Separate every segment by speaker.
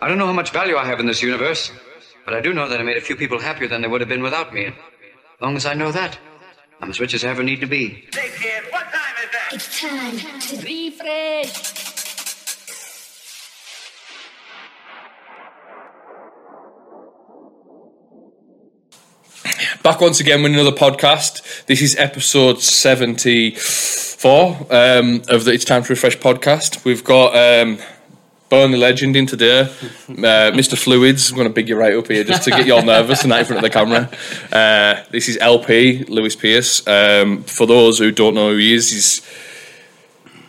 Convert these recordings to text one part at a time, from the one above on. Speaker 1: I don't know how much value I have in this universe, but I do know that I made a few people happier than they would have been without me. And as long as I know that, I'm as rich as I ever need to be.
Speaker 2: Hey, kid, what time is that?
Speaker 3: It's time to refresh.
Speaker 4: Back once again with another podcast. This is episode 74 um, of the It's Time to Refresh podcast. We've got um, Bone the Legend in today, uh, Mr. Fluids. I'm going to big you right up here just to get you all nervous tonight in front of the camera. Uh, this is LP, Lewis Pierce. Um, for those who don't know who he is, he's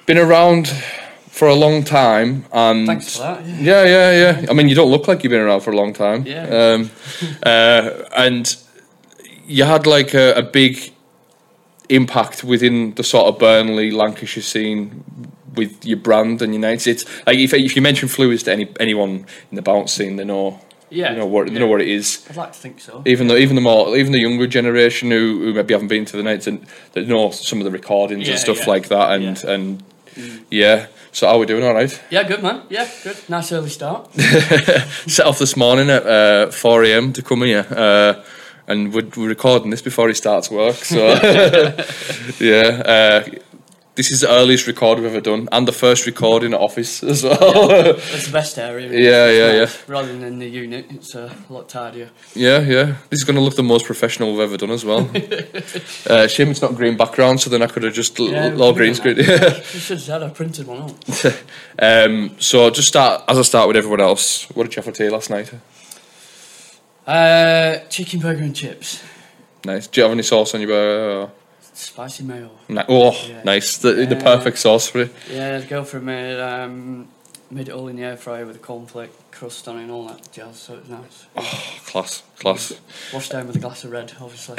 Speaker 4: been around for a long time. And
Speaker 5: Thanks for that. Yeah.
Speaker 4: yeah, yeah, yeah. I mean, you don't look like you've been around for a long time.
Speaker 5: Yeah.
Speaker 4: Um, uh, and you had like a, a big impact within the sort of Burnley, Lancashire scene with your brand and your nights. It's like if, if you mention Fluids to any anyone in the bounce scene, they know.
Speaker 5: Yeah.
Speaker 4: They know what they know what it is.
Speaker 5: I'd like to think so.
Speaker 4: Even though even the more even the younger generation who, who maybe haven't been to the nights and that know some of the recordings
Speaker 5: Yeah,
Speaker 4: and stuff
Speaker 5: yeah.
Speaker 4: like that and and yeah. So how we doing? All right.
Speaker 5: Yeah, good man. Yeah, good. Nice early start.
Speaker 4: set off this morning at uh, 4 a.m. to come here, uh, and we're, we're recording this before he starts work. So, yeah, uh, this is the earliest record we've ever done, and the first record in office as well.
Speaker 5: That's the best area.
Speaker 4: Yeah, yeah, yeah.
Speaker 5: Rather than the unit, it's uh, a lot tidier.
Speaker 4: yeah, yeah. This is going to look the most professional we've ever done as well. uh, shame it's not green background, so then I could have just l-
Speaker 5: Yeah,
Speaker 4: l- all green screen. Yeah.
Speaker 5: You should have said I uh, printed one out.
Speaker 4: um, so just start as I start with everyone else. What did you have for tea last night?
Speaker 5: Uh, chicken burger and chips.
Speaker 4: Nice. Do you have any sauce on your burger? Or?
Speaker 5: Spicy mayo.
Speaker 4: Ni- oh,
Speaker 5: Yeah.
Speaker 4: nice. The, the
Speaker 5: Yeah.
Speaker 4: perfect sauce for it.
Speaker 5: Yeah, the girlfriend made, um, made it all in the air fryer with a cornflake crust on it and all that jazz, so it's nice.
Speaker 4: Oh, Class, class.
Speaker 5: Washed down with a glass of red, obviously.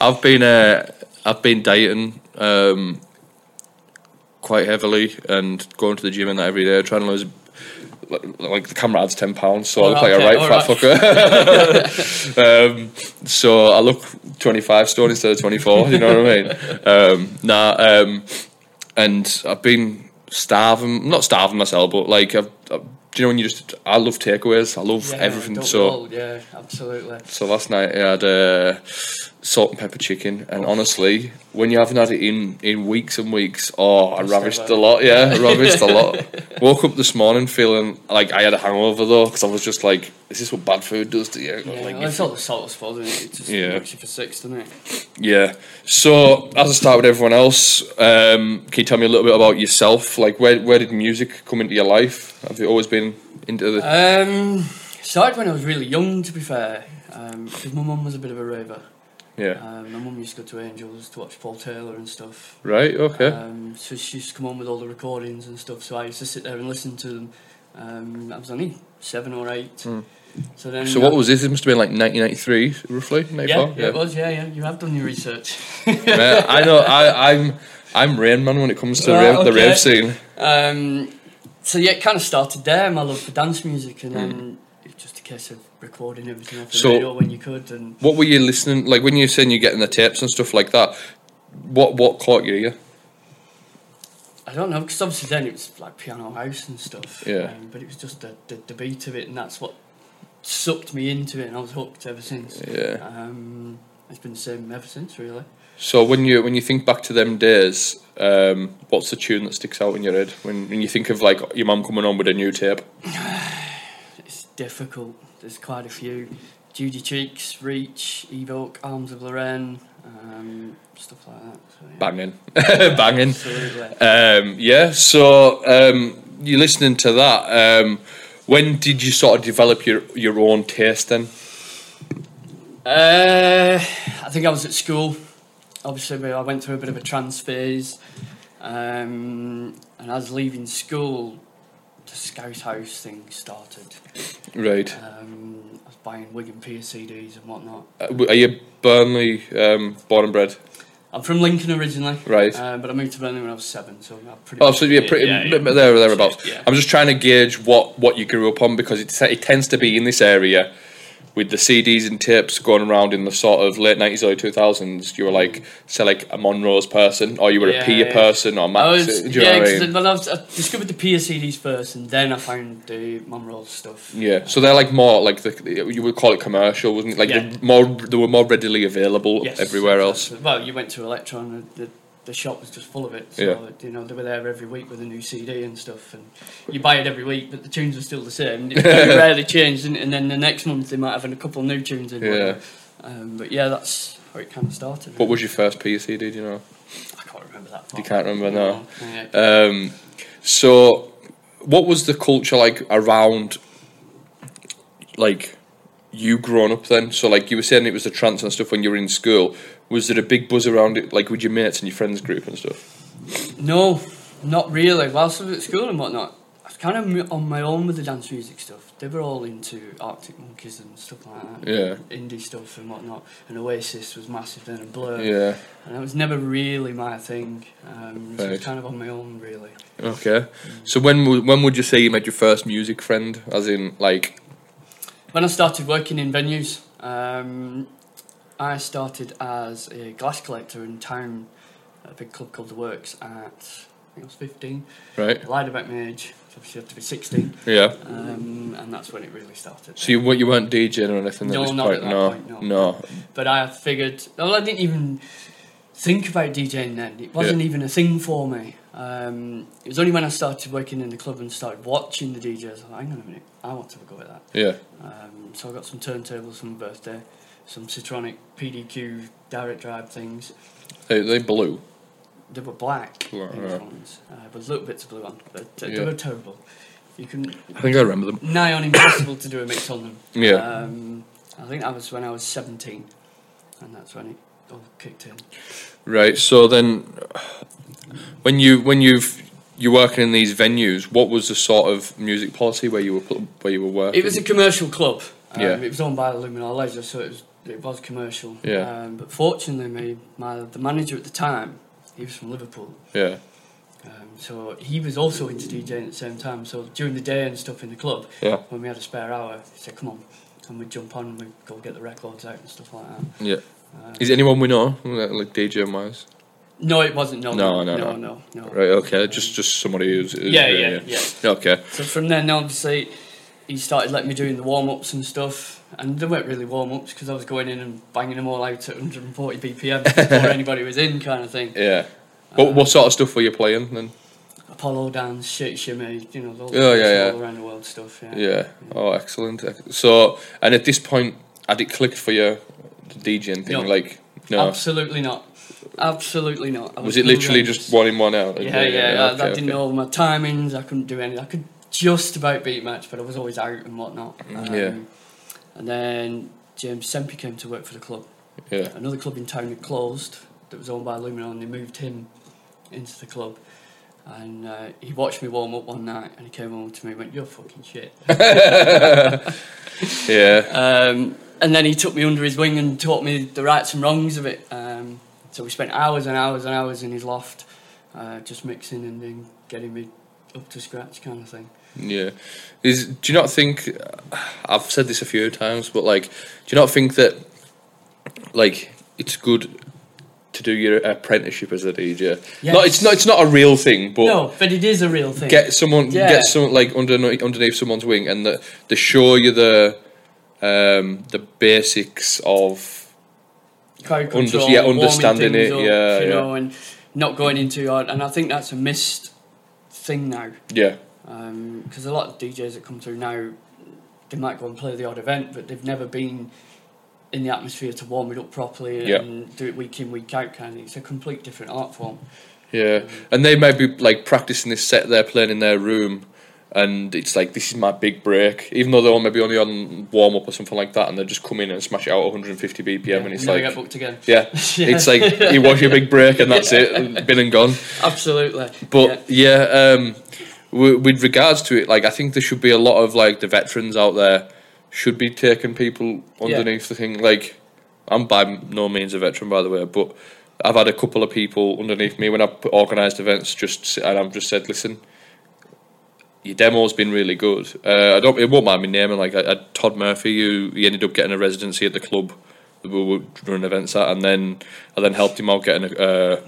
Speaker 4: I've been uh, I've been dieting um, quite heavily and going to the gym and that every day, trying to lose. Like, like the camera adds ten pounds, so I look like
Speaker 5: Alright,
Speaker 4: a right
Speaker 5: Oh, okay,
Speaker 4: fat fucker. um, so I look twenty five stone instead of twenty four. You know what I mean? Um, nah. Um, and I've been starving. Not starving myself, but like I've, i do you know when you just? I love takeaways. I love
Speaker 5: Yeah,
Speaker 4: everything.
Speaker 5: don't
Speaker 4: So.
Speaker 5: roll, Yeah, absolutely.
Speaker 4: So last night I had uh, salt and pepper chicken,
Speaker 5: Oh.
Speaker 4: and honestly, when you haven't had it in, in weeks and weeks, oh, I ravished a
Speaker 5: never.
Speaker 4: lot. Yeah, I ravished a lot. Woke up this morning feeling like I had a hangover though, because I was just like, "Is this what bad food does to you?"
Speaker 5: Yeah,
Speaker 4: Like,
Speaker 5: well, it's all the salt, I suppose, isn't it? It just
Speaker 4: Yeah.
Speaker 5: makes you for six, doesn't it?
Speaker 4: yeah. So as I start with everyone else, um, can you tell me a little bit about yourself? Like, where where did music come into your life? Have you always been into the?
Speaker 5: Um, started when I was really young, to be fair, because my mum was a bit of a raver.
Speaker 4: yeah.
Speaker 5: Um, my mum used to go to Angels to watch Paul Taylor and stuff.
Speaker 4: Right. Okay.
Speaker 5: Um, so she used to come home with all the recordings and stuff. So I used to sit there and listen to them. Um, I was only seven or eight. So then.
Speaker 4: Hmm. so what was this? This must have been like 1993, roughly.
Speaker 5: Yeah,
Speaker 4: 94?
Speaker 5: yeah, it was. Yeah, yeah. You have done your research.
Speaker 4: Man, I know. I, I'm I'm Rain Man when it comes to
Speaker 5: Right,
Speaker 4: rave, the
Speaker 5: okay.
Speaker 4: rave scene.
Speaker 5: Um, so yeah, it kind of started there. My love for dance music, and then it's just a case of recording everything off the
Speaker 4: Hmm. So-
Speaker 5: radio when you could. And
Speaker 4: What were you listening like when you were saying you're getting the tapes and stuff like that? What what caught your ear?
Speaker 5: I don't know, because obviously then it was like piano house and stuff.
Speaker 4: Yeah.
Speaker 5: Um, but it was just the, the, the beat of it, and that's what sucked me into it, and I was hooked ever since.
Speaker 4: Yeah.
Speaker 5: Um, it's been the same ever since, really.
Speaker 4: So when you when you think back to them days, um, what's the tune that sticks out in your head when, when you think of like your mum coming on with a new tape?
Speaker 5: It's difficult. There's quite a few. Judy Cheeks, Reach, Evoke, Arms of Lorraine, um, stuff like that. So, yeah.
Speaker 4: Banging, banging.
Speaker 5: Absolutely.
Speaker 4: Um, yeah. So um, you listening to that? Um, when did you sort of develop your your own taste then?
Speaker 5: Uh, I think I was at school. Obviously, we- I went through a bit of a trans phase, um, and as leaving school, the Scout House thing started.
Speaker 4: Right.
Speaker 5: Um, I was buying Wigan Pier CDs and whatnot.
Speaker 4: Uh, w- Are you Burnley um, born and bred?
Speaker 5: I'm from Lincoln originally,
Speaker 4: Right.
Speaker 5: Uh, but I moved to Burnley when I was seven, so I pretty.
Speaker 4: Oh,
Speaker 5: much-
Speaker 4: so yeah, pretty
Speaker 5: yeah,
Speaker 4: m- m- there, thereabouts.
Speaker 5: Yeah.
Speaker 4: I'm just trying to gauge what what you grew up on because it, it tends to be in this area with the CDs and tapes going around in the sort of late nineties, early two thousands, you were like, say, like a Monroe's person, or you were a
Speaker 5: Yeah,
Speaker 4: Pia
Speaker 5: Mm. yeah.
Speaker 4: person, or
Speaker 5: I
Speaker 4: Max.
Speaker 5: was,
Speaker 4: uh, do you know
Speaker 5: yeah,
Speaker 4: what I
Speaker 5: 'cause
Speaker 4: mean?
Speaker 5: when I, was, I discovered the PSCDs first, and then I found the Monroe stuff.
Speaker 4: Yeah, so they're like more like the you would call it commercial, wasn't it? Like
Speaker 5: Yeah.
Speaker 4: they're more they were more readily available
Speaker 5: Yes.
Speaker 4: everywhere else.
Speaker 5: Well, you went to Electron, and the, the shop was just full of it. So,
Speaker 4: Yeah.
Speaker 5: you know, they were there every week with a new CD and stuff. And you buy it every week, but the tunes were still the same. It very rarely changed. And, and then the next month, they might have a couple new tunes in.
Speaker 4: Yeah.
Speaker 5: Um, but yeah, that's how it kind of started.
Speaker 4: What was your first Pia CD? Do you know?
Speaker 5: I can't remember that far.
Speaker 4: You can't remember now.
Speaker 5: Yeah.
Speaker 4: Um, so, what was the culture like around, like, you growing up then? So, like, you were saying it was the trance and stuff when you were in school. Was there a big buzz around it, like with your mates and your friends group and stuff?
Speaker 5: No, not really. Whilst I was at school and whatnot, I was kind of m- on my own with the dance music stuff. They were all into Arctic Monkeys and stuff like that.
Speaker 4: Yeah.
Speaker 5: Indie stuff and whatnot. And Oasis was massive then and Blur.
Speaker 4: Yeah.
Speaker 5: And it was never really my thing. Um, so I was
Speaker 4: Right.
Speaker 5: kind of on my own, really.
Speaker 4: Okay. So when wo- when would you say you made your first music friend? As in, like,
Speaker 5: When I started working in venues, um, I started as a glass collector in town at a big club called The Works at, I think I was 15.
Speaker 4: right?
Speaker 5: I lied about my age, so obviously I have to be 16.
Speaker 4: Yeah.
Speaker 5: Um, and that's when it really started.
Speaker 4: So you wa- you weren't DJing or anything at
Speaker 5: No,
Speaker 4: this
Speaker 5: not
Speaker 4: point?
Speaker 5: at that
Speaker 4: no.
Speaker 5: point, no.
Speaker 4: No.
Speaker 5: But I figured, well, I didn't even think about DJing then. It wasn't even a thing for me. Um, it was only when I started working in the club and started watching the DJs. I thought, hang on a minute, I want to have a go at that.
Speaker 4: Yeah.
Speaker 5: Um, so I got some turntables for my birthday, some Citronic PDQ direct drive things.
Speaker 4: They they blew.
Speaker 5: They were black
Speaker 4: Wow.
Speaker 5: microphones, uh, with little bits of blue on, but uh,
Speaker 4: Yeah.
Speaker 5: they were terrible. You can
Speaker 4: I think I remember them.
Speaker 5: nigh on impossible to do a mix on them.
Speaker 4: Yeah.
Speaker 5: Um, I think that was when I was 17, and that's when it all kicked in.
Speaker 4: Right. So then, when you when you've you're working in these venues, what was the sort of music policy where you were pl- where you were working?
Speaker 5: It was a commercial club. Um,
Speaker 4: Yeah.
Speaker 5: It was owned by Luminar Leisure, so it was it was commercial.
Speaker 4: Yeah.
Speaker 5: Um, but fortunately, me, my the manager at the time, he was from Liverpool,
Speaker 4: yeah,
Speaker 5: um, so he was also into DJing at the same time. So during the day and stuff in the club,
Speaker 4: Yeah.
Speaker 5: when we had a spare hour, he said, "Come on." And we'd jump on and we'd go get the records out and stuff like that.
Speaker 4: yeah.
Speaker 5: Uh,
Speaker 4: Is anyone we know like DJ wise?
Speaker 5: No, it wasn't. No,
Speaker 4: No, no,
Speaker 5: no,
Speaker 4: no.
Speaker 5: no. no.
Speaker 4: Right. Okay. Just just somebody who's, who's
Speaker 5: Yeah, yeah,
Speaker 4: Okay.
Speaker 5: So from then, obviously, he started letting me doing the warm ups and stuff, and they weren't really warm ups because I was going in and banging them all out at 140 BPM before anybody was in, kind of thing.
Speaker 4: Yeah. What, what sort of stuff were you playing then?
Speaker 5: Apollo dance, shake shimmy, you know, all,
Speaker 4: Oh, yeah,
Speaker 5: all
Speaker 4: yeah.
Speaker 5: around the world stuff. Yeah.
Speaker 4: Yeah. Oh, excellent. So, and at this point, had it clicked for you, the DJing thing?
Speaker 5: No.
Speaker 4: Like, no.
Speaker 5: Absolutely not. Absolutely not. I
Speaker 4: was it literally
Speaker 5: horrendous.
Speaker 4: just one in, one out?
Speaker 5: Yeah, yeah. I,
Speaker 4: okay,
Speaker 5: I didn't
Speaker 4: okay.
Speaker 5: know my timings. I couldn't do anything. I could just about beat match, but I was always out and whatnot.
Speaker 4: Mm,
Speaker 5: Um,
Speaker 4: Yeah.
Speaker 5: And then James Sempe came to work for the club.
Speaker 4: Yeah.
Speaker 5: Another club in town had closed that was owned by Luminon. They moved him into the club. And uh, he watched me warm up one night and he came over to me and went, You're fucking shit.
Speaker 4: Yeah.
Speaker 5: um, and then he took me under his wing and taught me the rights and wrongs of it. Um, so we spent hours and hours and hours in his loft uh, just mixing and then getting me up to scratch, kind of thing.
Speaker 4: Yeah. Is do you not think I've said this a few times, but like, do you not think that like it's good to do your apprenticeship as a DJ? No,
Speaker 5: Yes.
Speaker 4: it's not. It's not a real thing, but.
Speaker 5: No, but it is a real thing.
Speaker 4: Get someone,
Speaker 5: Yeah.
Speaker 4: get someone like under underneath someone's wing, and the, they show you the um, the basics of
Speaker 5: crowd
Speaker 4: Unders-
Speaker 5: control,
Speaker 4: yeah,
Speaker 5: warming
Speaker 4: understanding
Speaker 5: things
Speaker 4: it,
Speaker 5: up,
Speaker 4: yeah,
Speaker 5: you
Speaker 4: yeah.
Speaker 5: know, and not going into art. And I think that's a missed thing now,
Speaker 4: yeah,
Speaker 5: because Um, a lot of DJs that come through now, they might go and play the odd event, but they've never been in the atmosphere to warm it up properly
Speaker 4: Yeah.
Speaker 5: and do it week in week out. Kind of, thing. it's a complete different art form.
Speaker 4: Yeah, and they might be like practicing this set they're playing in their room, and it's like this is my big break. Even though they're maybe only on warm up or something like that, and they just come in and smash it out at 150 BPM, and
Speaker 5: and
Speaker 4: it's
Speaker 5: never
Speaker 4: like,
Speaker 5: get booked again.
Speaker 4: yeah,
Speaker 5: Yeah.
Speaker 4: it's like it was your big break, and that's it, been and gone.
Speaker 5: Absolutely,
Speaker 4: But yeah, um, w- with regards to it, like I think there should be a lot of like the veterans out there should be taking people
Speaker 5: Yeah.
Speaker 4: underneath the thing. Like I'm by no means a veteran, by the way, but I've had a couple of people underneath me when I've organised events just s- and I've just said, listen. your demo's been really good. Uh, I don't. It won't mind me naming like I, I, Todd Murphy, who he ended up getting a residency at the club that we were running events at, and then I then helped him out getting a, uh,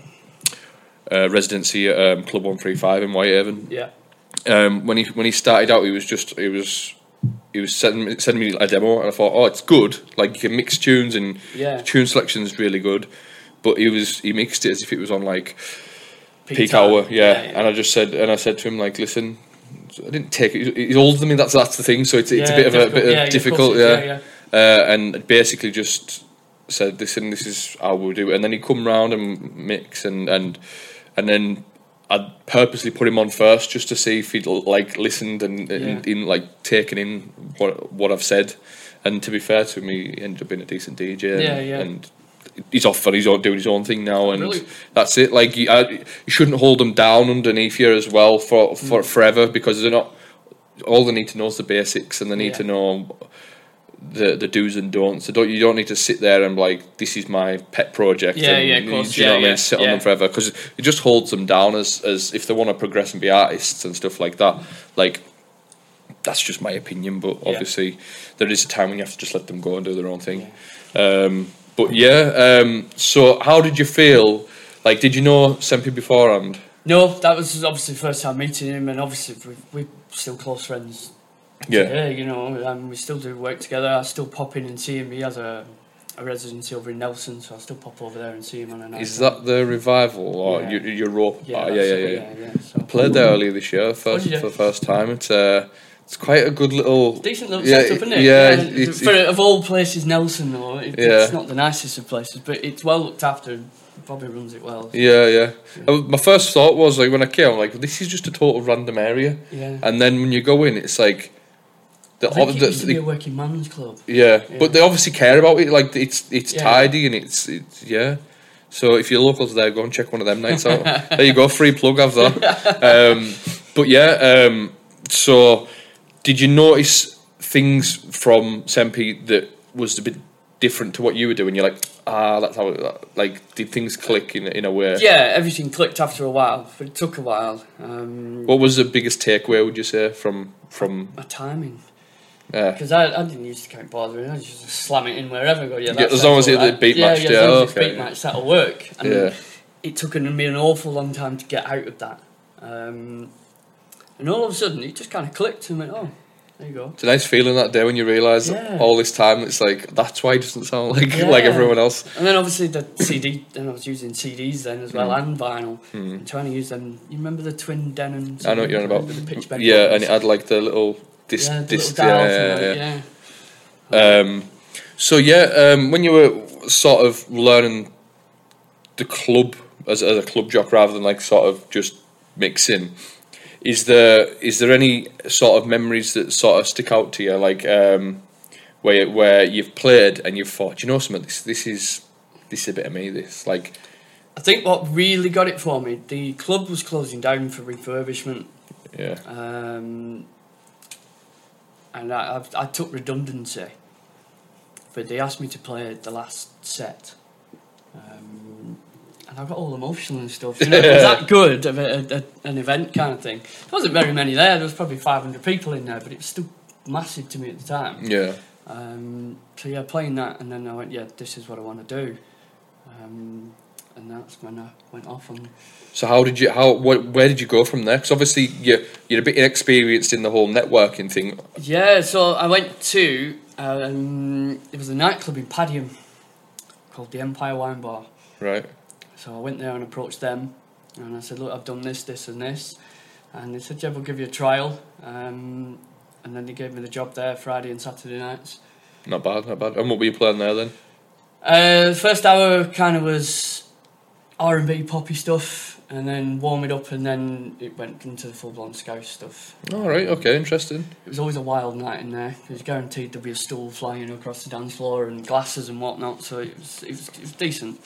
Speaker 4: a residency at um, Club One Three Five in Whitehaven.
Speaker 5: Yeah.
Speaker 4: Um, when he when he started out, he was just he was. He was sending me, sending me a demo, and I thought, "Oh, it's good. Like you can mix tunes, and
Speaker 5: Yeah.
Speaker 4: tune selection is really good." But he was he mixed it as if it was on like peak,
Speaker 5: time.
Speaker 4: hour. Yeah. and I just said, and I said to him, like, listen, I didn't take it. He's older than me. That's that's the thing. So it's, it's
Speaker 5: Yeah,
Speaker 4: a bit of a bit of
Speaker 5: yeah, of course
Speaker 4: difficult.
Speaker 5: it is,
Speaker 4: Yeah, Uh, and basically just said, listen, this is how we'll do it. And then he come round and mix and and and then. I purposely put him on first just to see if he'd like listened and, and
Speaker 5: Yeah.
Speaker 4: in like taken in what what I've said. And to be fair to him, he ended up being a decent DJ.
Speaker 5: Yeah,
Speaker 4: and,
Speaker 5: yeah.
Speaker 4: and he's off on his own, doing his own thing now, and
Speaker 5: Really?
Speaker 4: that's it. Like you, I, you shouldn't hold them down underneath you as well for for
Speaker 5: Hmm.
Speaker 4: forever because they're not. All they need to know is the basics, and they need
Speaker 5: Yeah.
Speaker 4: to know the the do's and don'ts. So don't you don't need to sit there and like this is my pet project.
Speaker 5: Yeah,
Speaker 4: and
Speaker 5: yeah, of
Speaker 4: you-
Speaker 5: course.
Speaker 4: do you know
Speaker 5: Yeah,
Speaker 4: what I
Speaker 5: yeah,
Speaker 4: mean? Sit on
Speaker 5: yeah.
Speaker 4: them forever because it just holds them down as as if they want to progress and be artists and stuff like that. Like that's just my opinion, but
Speaker 5: Yeah.
Speaker 4: obviously there is a time when you have to just let them go and do their own thing. Um, but yeah, um, so how did you feel? Like, did you know Sempi beforehand?
Speaker 5: No, that was obviously the first time meeting him, and obviously we we're still close friends.
Speaker 4: Yeah,
Speaker 5: Yeah, you know, um, we still do work together. I still pop in and see him. He has a, a residency over in Nelson, so I still pop over there and see him on a night.
Speaker 4: is that the revival or
Speaker 5: Yeah.
Speaker 4: your, your rope?
Speaker 5: yeah,
Speaker 4: bar?
Speaker 5: that's
Speaker 4: yeah, yeah,
Speaker 5: it,
Speaker 4: yeah,
Speaker 5: yeah, yeah. So.
Speaker 4: Played there earlier this year, first
Speaker 5: did you?
Speaker 4: for the first time. It's uh, it's quite a good little.
Speaker 5: Decent little
Speaker 4: Yeah,
Speaker 5: setup, isn't
Speaker 4: it-
Speaker 5: it?
Speaker 4: yeah,
Speaker 5: And
Speaker 4: it- it-
Speaker 5: for, of all places, Nelson though, it,
Speaker 4: Yeah.
Speaker 5: it's not the nicest of places, but it's well looked after. and Bobby runs it well.
Speaker 4: Yeah, yeah. Uh, My first thought was like when I came, I'm like this is just a total random area,
Speaker 5: Yeah.
Speaker 4: and then when you go in, it's like the,
Speaker 5: I think it
Speaker 4: Uh, the-
Speaker 5: used to
Speaker 4: the-
Speaker 5: be a working man's club.
Speaker 4: Yeah,
Speaker 5: Yeah.
Speaker 4: but they obviously care about it. Like it's it's
Speaker 5: Yeah.
Speaker 4: tidy and it's it's yeah. So if you're local to there, go and check one of them nights out. there you go, free plug. Have that. Um, but yeah, um, so did you notice things from Sempi that was a bit different to what you were doing? You're like, ah, that's how. It, that- like, did things click in in a way?
Speaker 5: Yeah, everything clicked after a while, but it took a while. Um,
Speaker 4: What was the biggest takeaway? Would you say from from?
Speaker 5: my timing,
Speaker 4: Uh,
Speaker 5: because I, I didn't used to count bothering. I just slam it in wherever I go. Yeah,
Speaker 4: Yeah,
Speaker 5: that's
Speaker 4: as long as
Speaker 5: all
Speaker 4: it- the
Speaker 5: right.
Speaker 4: beat
Speaker 5: yeah,
Speaker 4: matched,
Speaker 5: Yeah,
Speaker 4: yeah,
Speaker 5: as long as it's
Speaker 4: okay,
Speaker 5: beat
Speaker 4: yeah.
Speaker 5: match, that'll work. And
Speaker 4: Yeah.
Speaker 5: it took me an awful long time to get out of that. Um, and all of a sudden, it just kind of clicked and went, oh, there you go.
Speaker 4: it's a nice feeling that day when you realise
Speaker 5: Yeah.
Speaker 4: all this time it's like that's why it doesn't sound like like
Speaker 5: Yeah.
Speaker 4: everyone else.
Speaker 5: And then obviously the CD, then I was using CDs then as well
Speaker 4: Hmm.
Speaker 5: and vinyl, and trying to use them. You remember the twin Denon?
Speaker 4: I know what you're on
Speaker 5: The pitch
Speaker 4: about.
Speaker 5: bend
Speaker 4: Yeah, and
Speaker 5: buttons?
Speaker 4: it had like the little disc.
Speaker 5: yeah, the
Speaker 4: disc
Speaker 5: little dial
Speaker 4: yeah,
Speaker 5: thing,
Speaker 4: yeah,
Speaker 5: like, yeah.
Speaker 4: yeah. Um, so yeah, um, when you were sort of learning the club as, as a club jock rather than like sort of just mixing, is there is there any sort of memories that sort of stick out to you, like um, where where you've played and you've thought, "Do you know something, this this is this is a bit of me. This like
Speaker 5: I think what really got it for me, the club was closing down for refurbishment,
Speaker 4: yeah,
Speaker 5: um, and I, I, I took redundancy. But they asked me to play the last set, um, and I got all emotional and stuff. You know, it was that good of a, a, a- an event kind of thing. There wasn't very many there. There was probably five hundred people in there, but it was still massive to me at the time.
Speaker 4: yeah,
Speaker 5: Um, so yeah, playing that, and then I went, yeah, this is what I want to do, um, and that's when I went off on.
Speaker 4: So how did you how what, where did you go from there? Because obviously you you're a bit inexperienced in the whole networking thing.
Speaker 5: Yeah, so I went to um, it was a nightclub in Padiham called the Empire Wine Bar.
Speaker 4: Right.
Speaker 5: So I went there and approached them, and I said, look, I've done this, this, and this, and they said, yeah, we'll give you a trial, um, and then they gave me the job there Friday and Saturday nights.
Speaker 4: Not bad, not bad. And what were you playing there then?
Speaker 5: Uh, the first hour kind of was R and B poppy stuff, and then warm it up, and then it went into the full blown scouse stuff.
Speaker 4: All right, okay, interesting.
Speaker 5: It was always a wild night in there. It was guaranteed there'd be a stool flying across the dance floor and glasses and whatnot. So it was it was, it was decent.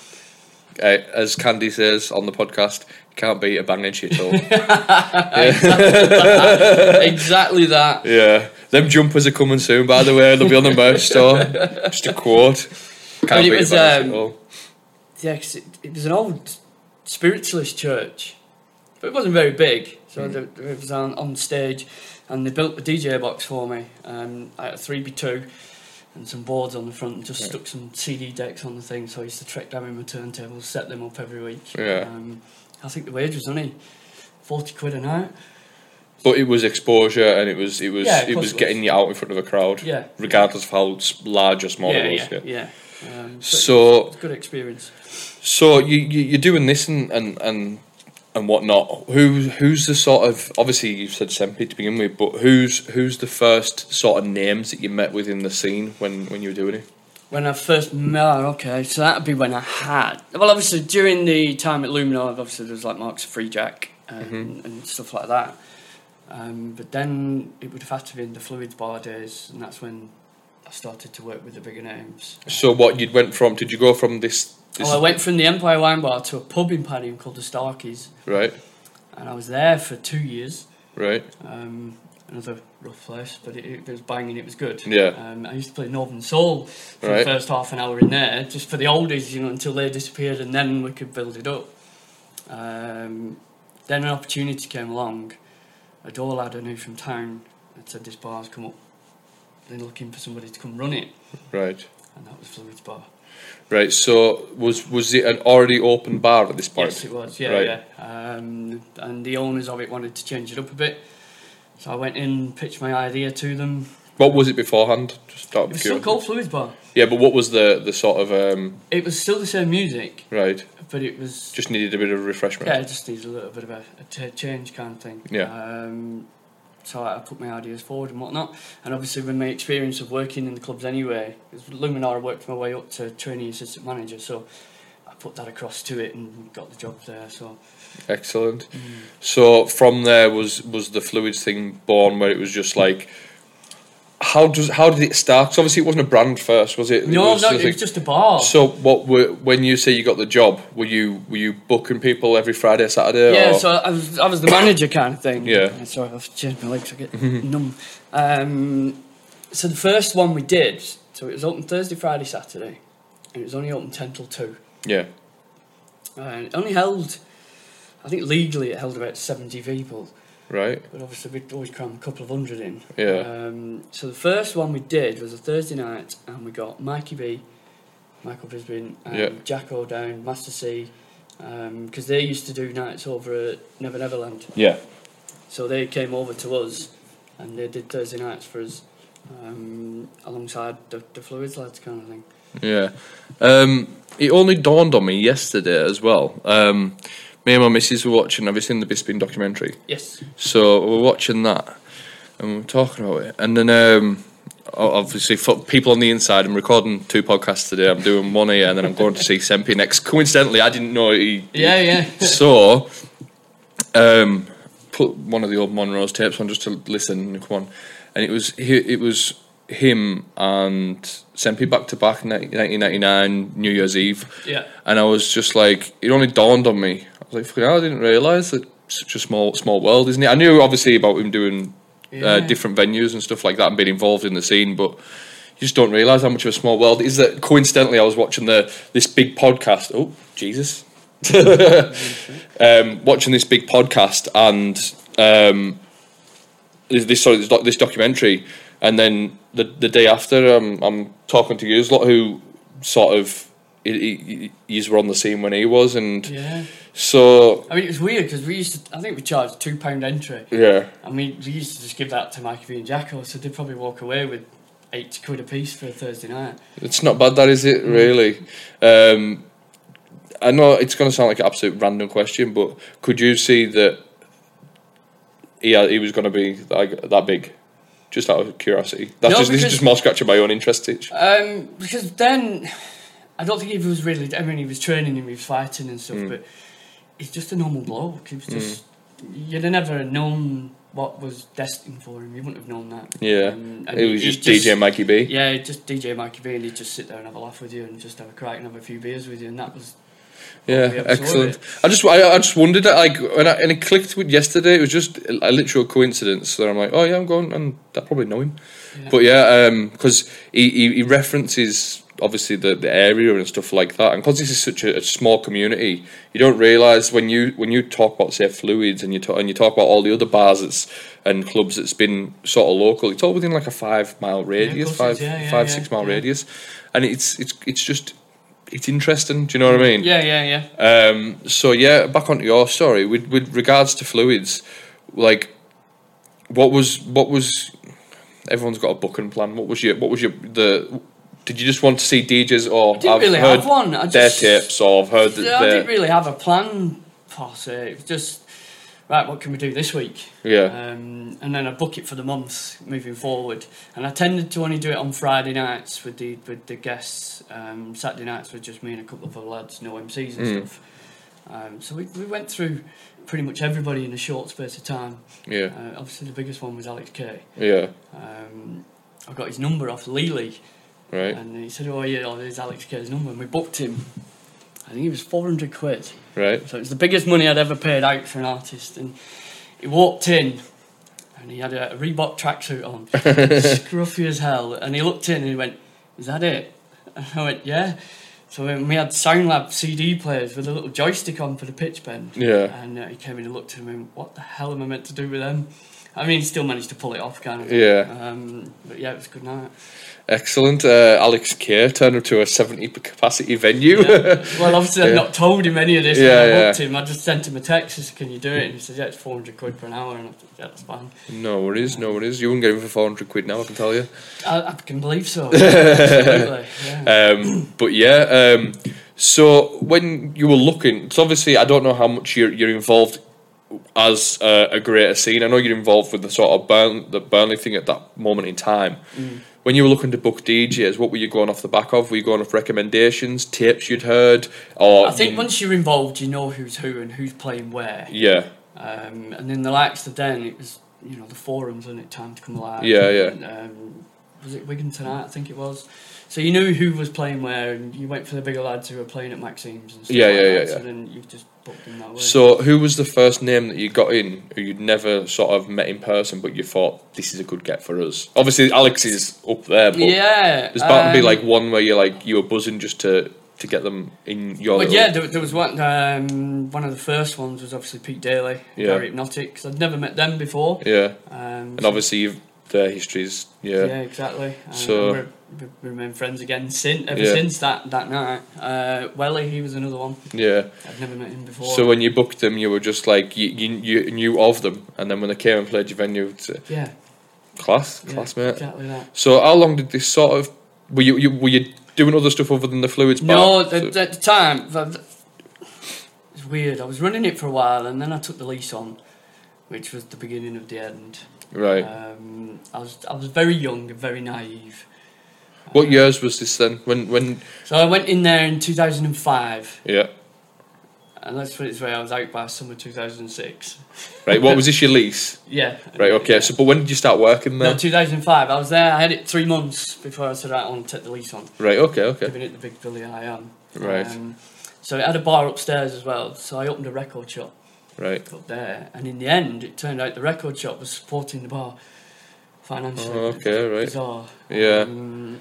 Speaker 4: Uh, as Candy says on the podcast, can't be a banging shit hole.
Speaker 5: exactly that.
Speaker 4: yeah, them jumpers are coming soon. By the way, they'll be on the merch store. Just a quote.
Speaker 5: But
Speaker 4: Can't
Speaker 5: it
Speaker 4: be
Speaker 5: was,
Speaker 4: a banging
Speaker 5: um,
Speaker 4: shit hole.
Speaker 5: Yeah, 'cause it, it was an old spiritualist church, but it wasn't very big. So the the- it was on, on stage, and they built a DJ box for me, um, out of three by two, and some boards on the front, and just stuck some CD decks on the thing. So I used to track down in my turntables, set them up every week.
Speaker 4: Yeah.
Speaker 5: Um, I think the wage was only forty quid an hour.
Speaker 4: But it was exposure, and it was it was
Speaker 5: Yeah, of
Speaker 4: it
Speaker 5: course
Speaker 4: was
Speaker 5: it was.
Speaker 4: getting you out in front of a crowd,
Speaker 5: Yeah.
Speaker 4: regardless of how s- large or small
Speaker 5: yeah,
Speaker 4: it was.
Speaker 5: yeah,
Speaker 4: Yeah.
Speaker 5: yeah. Um, so,
Speaker 4: So
Speaker 5: it's a good experience.
Speaker 4: so you, you you're doing this and and and and whatnot. Who who's the sort of obviously you said Sempi to begin with, but who's who's the first sort of names that you met within the scene when when you were doing it?
Speaker 5: When I first met, okay, so that'd be when I had. Well, obviously during the time at Luminor, obviously there was like Mark's Free Jack and, and stuff like that. Um, but then it would have had to be in the Fluids Bar days, and that's when I started to work with the bigger names.
Speaker 4: So what you went from? Did you go from this? this
Speaker 5: Well, Oh, I went from the Empire Wine Bar to a pub in Paddington called the Starkeys,
Speaker 4: right,
Speaker 5: and I was there for two years.
Speaker 4: right.
Speaker 5: um, another rough place, but it, it was banging. It was good.
Speaker 4: Yeah.
Speaker 5: Um, I used to play Northern Soul for
Speaker 4: Right.
Speaker 5: the first half an hour in there, just for the oldies, you know, until they disappeared, and then we could build it up. Um, then an opportunity came along. A door lad I knew from town had said this bar's come up. They're looking for somebody to come run it,
Speaker 4: Right,
Speaker 5: and that was Fluids Bar.
Speaker 4: right. So was was it an already open bar at this point?
Speaker 5: Yes, it was. Yeah,
Speaker 4: Right.
Speaker 5: yeah. Um, and the owners of it wanted to change it up a bit, so I went in, pitched my idea to them.
Speaker 4: What was it beforehand? Just out
Speaker 5: It
Speaker 4: of
Speaker 5: was still
Speaker 4: curiosity.
Speaker 5: called Fluids Bar.
Speaker 4: Yeah, but what was the the sort of um,
Speaker 5: It was still the same music,
Speaker 4: right?
Speaker 5: but it was
Speaker 4: Just needed a bit of refreshment.
Speaker 5: yeah, it just needs a little bit of a, a t- change kind of thing.
Speaker 4: Yeah.
Speaker 5: Um, so I put my ideas forward and whatnot, and obviously with my experience of working in the clubs anyway, 'cause Luminar I worked my way up to trainee assistant manager, so I put that across to it and got the job there. So
Speaker 4: Excellent. So from there was was the fluids thing born, where it was just like, how does how did it start? 'Cause obviously it wasn't a brand first, was it? It
Speaker 5: no,
Speaker 4: was
Speaker 5: no,
Speaker 4: just
Speaker 5: it
Speaker 4: like-
Speaker 5: was just a bar.
Speaker 4: So what were when you say you got the job? Were you were you booking people every Friday, Saturday?
Speaker 5: Yeah,
Speaker 4: or-
Speaker 5: so I was, I was the manager kind of thing.
Speaker 4: Yeah.
Speaker 5: Uh, Sorry, I've changed my legs, I get numb. Um, so the first one we did, so it was open Thursday, Friday, Saturday, and it was only open 10 till 2.
Speaker 4: yeah,
Speaker 5: Uh, and it only held, I think legally it held about 70 people,
Speaker 4: right,
Speaker 5: but obviously we'd always cram a couple of hundred in.
Speaker 4: Yeah.
Speaker 5: Um, so the first one we did was a Thursday night, and we got Mikey B, Michael Brisbane, and
Speaker 4: Yeah.
Speaker 5: Jack O'Down, Master C, because they used to do nights over at Never Neverland.
Speaker 4: yeah,
Speaker 5: So they came over to us and they did Thursday nights for us um, alongside the, the Fluids lads kind of thing.
Speaker 4: yeah. Um, it only dawned on me yesterday as well. Um, me and my missus were watching. Have you seen the Bispin documentary?
Speaker 5: Yes.
Speaker 4: So we're watching that, and we're talking about it, and then um, o- obviously for people on the inside, I'm recording two podcasts today. I'm doing one here, and then I'm going to see Sempi next. Coincidentally, I didn't know he. he-
Speaker 5: Yeah, yeah.
Speaker 4: So, um, put one of the old Monroe's tapes on just to listen and come on, and it was he, it was him and Sempi back to back in 1999 New Year's Eve.
Speaker 5: Yeah.
Speaker 4: And I was just like, it only dawned on me. I was like, fucking hell, I didn't realise that it's such a small, small world, isn't it? I knew obviously about him doing uh,
Speaker 5: Yeah.
Speaker 4: different venues and stuff like that and being involved in the scene, but you just don't realise how much of a small world it is. That coincidentally, I was watching the this big podcast. Oh, Jesus. um, watching this big podcast and um, this this, sorry, this, doc, this documentary, and then the the day after, um, I'm talking to you, lot who sort of you were on the scene when he was, and
Speaker 5: Yeah.
Speaker 4: so
Speaker 5: I mean, it was weird because we used to, I think we charged £2 entry.
Speaker 4: yeah,
Speaker 5: I mean, we used to just give that to Mikey V and Jacko, so they'd probably walk away with eight quid a piece for a Thursday night.
Speaker 4: it's not bad, that is it
Speaker 5: Mm.
Speaker 4: really. Um, I know it's going to sound like an absolute random question, but could you see that he had, he was going to be like that big? Just out of curiosity. That's
Speaker 5: No,
Speaker 4: just, this is
Speaker 5: because-
Speaker 4: just more scratching my own interest. Itch.
Speaker 5: Um, because then, I don't think he was really. I mean, he was training and he was fighting and stuff,
Speaker 4: Hmm.
Speaker 5: but he's just a normal bloke. He was just. You'd have never known what was destined for him. You wouldn't have known that.
Speaker 4: Yeah,
Speaker 5: Um, and
Speaker 4: it was
Speaker 5: he- he
Speaker 4: just, DJ Mikey B.
Speaker 5: Yeah, he'd just DJ Mikey B, and he'd just sit there and have a laugh with you, and just have a crack and have a few beers with you, and that was.
Speaker 4: Yeah,
Speaker 5: Yeah, absolutely.
Speaker 4: excellent. I just, I, I just wondered, like, when I, and it clicked with yesterday. It was just a, a literal coincidence that I'm like, um, oh yeah, I'm going, and I probably know him. But yeah, because he, he, he references obviously the, the area and stuff like that. And because this is such a, a small community, you don't realise when you when you talk about say fluids and you talk, and you talk about all the other bars that's and clubs that's been sort of local. It's all within like a five mile radius,
Speaker 5: course it
Speaker 4: five
Speaker 5: is. Yeah, yeah,
Speaker 4: five
Speaker 5: yeah,
Speaker 4: six mile
Speaker 5: yeah.
Speaker 4: radius, and it's it's it's just it's interesting. Do you know what I mean?
Speaker 5: Yeah, yeah, yeah.
Speaker 4: Um, so yeah, back onto your story with with regards to fluids, like what was what was everyone's got a booking plan. What was your what was your the did you just want to see DJs or
Speaker 5: didn't
Speaker 4: I've
Speaker 5: really
Speaker 4: heard
Speaker 5: have one, I
Speaker 4: their
Speaker 5: just-
Speaker 4: tips or I've heard that
Speaker 5: I
Speaker 4: they're
Speaker 5: didn't really have a plan per se. It was just right. What can we do this week?
Speaker 4: Yeah.
Speaker 5: Um, and then I book it for the months moving forward. And I tended to only do it on Friday nights with the with the guests. Um, Saturday nights with just me and a couple of other lads, no MCs
Speaker 4: Mm.
Speaker 5: and stuff. Um, so we, we went through pretty much everybody in a short space of time.
Speaker 4: yeah
Speaker 5: Uh, obviously, the biggest one was Alex Kay.
Speaker 4: yeah
Speaker 5: Um, I got his number off Lily.
Speaker 4: right
Speaker 5: And he said, "Oh yeah, oh, there's Alex Kerr's number." And we booked him. I think it was four hundred quid.
Speaker 4: right
Speaker 5: So it's the biggest money I'd ever paid out for an artist. And he walked in, and he had a Reebok tracksuit on, scruffy as hell. And he looked in and he went, "Is that it?" And I went, "Yeah." So um, we had SoundLab CD players with a little joystick on for the pitch bend.
Speaker 4: Yeah.
Speaker 5: And uh, he came in and looked at me and went, "What the hell am I meant to do with them?" I mean, still managed to pull it off, kind of. thing.
Speaker 4: Yeah.
Speaker 5: Um, but yeah, it was a good night.
Speaker 4: excellent. Uh, Alex Kerr turned up to a seventy capacity venue.
Speaker 5: Yeah. Well, obviously, I've
Speaker 4: Yeah.
Speaker 5: not told him any of this.
Speaker 4: Yeah,
Speaker 5: when I booked
Speaker 4: yeah.
Speaker 5: him. I just sent him a text. I said, "Can you do it?" And he said, "Yeah, it's four hundred quid for an hour." And I said, "Yeah, that's fine."
Speaker 4: no worries, no worries. You wouldn't get him for four hundred quid now, I can tell you.
Speaker 5: I, I can believe so. Absolutely. Yeah.
Speaker 4: Um, but yeah, um, so when you were looking, so obviously I don't know how much you're, you're involved as uh, a greater scene. I know you're involved with the sort of Burn, the Burnley thing at that moment in time.
Speaker 5: Mm.
Speaker 4: When you were looking to book DJs, what were you going off the back of? Were you going off recommendations, tips you'd heard, or
Speaker 5: I think once you're involved, you know who's who and who's playing where.
Speaker 4: yeah,
Speaker 5: Um, and in the likes of then, it was you know the forums and it time to come alive.
Speaker 4: Yeah, yeah.
Speaker 5: And, um, was it Wigan tonight? I think it was. So you knew who was playing where, and you went for the bigger lads who were playing at Maxime's and stuff
Speaker 4: Yeah,
Speaker 5: like
Speaker 4: yeah,
Speaker 5: that.
Speaker 4: yeah,
Speaker 5: So
Speaker 4: yeah.
Speaker 5: then you just booked them that way.
Speaker 4: So, who was the first name that you got in who you'd never sort of met in person, but you thought this is a good get for us? Obviously, Alex is up there, but
Speaker 5: yeah,
Speaker 4: there's bound to be
Speaker 5: um,
Speaker 4: like one where you're like you were buzzing just to to get them in your.
Speaker 5: Well,
Speaker 4: little-
Speaker 5: yeah, there, there was one. Um, one of the first ones was obviously Pete Daly,
Speaker 4: Yeah.
Speaker 5: Gary Hypnotic, 'cause I'd never met them before.
Speaker 4: yeah,
Speaker 5: Um,
Speaker 4: and obviously you've their histories.
Speaker 5: yeah.
Speaker 4: Yeah,
Speaker 5: exactly. Um,
Speaker 4: So-
Speaker 5: we're, we've remained friends again since ever
Speaker 4: Yeah.
Speaker 5: since that that night. Uh, Welly, he was another one.
Speaker 4: yeah.
Speaker 5: I'd never met him before.
Speaker 4: So uh, when you booked them, you were just like you, you you knew of them, and then when they came and played your venue, it's, uh,
Speaker 5: yeah,
Speaker 4: class,
Speaker 5: yeah,
Speaker 4: class mate.
Speaker 5: exactly that.
Speaker 4: So how long did this sort of were you, you were you doing other stuff other than the fluids?
Speaker 5: No,
Speaker 4: bar?
Speaker 5: at, at the time, th- th- it's weird. I was running it for a while, and then I took the lease on, which was the beginning of the end.
Speaker 4: right.
Speaker 5: Um, I was I was very young and very naive. Uh,
Speaker 4: what years was this then? When when
Speaker 5: So I went in there in 2005,
Speaker 4: yeah.
Speaker 5: and let's put it this way, I was out by summer 2006.
Speaker 4: Right, what was this your lease?
Speaker 5: Yeah.
Speaker 4: Right, okay. So, but when did you start working there?
Speaker 5: No, 2005. I was there. I had it three months before I said, right, I want to take the lease on,
Speaker 4: right, okay, okay.
Speaker 5: giving it the big Billy I am.
Speaker 4: Right.
Speaker 5: Um, so it had a bar upstairs as well. So I opened a record shop
Speaker 4: Right.
Speaker 5: up there, and in the end, it turned out the record shop was supporting the bar financially.
Speaker 4: Oh, okay, right.
Speaker 5: Bizarre.
Speaker 4: Yeah.
Speaker 5: Um,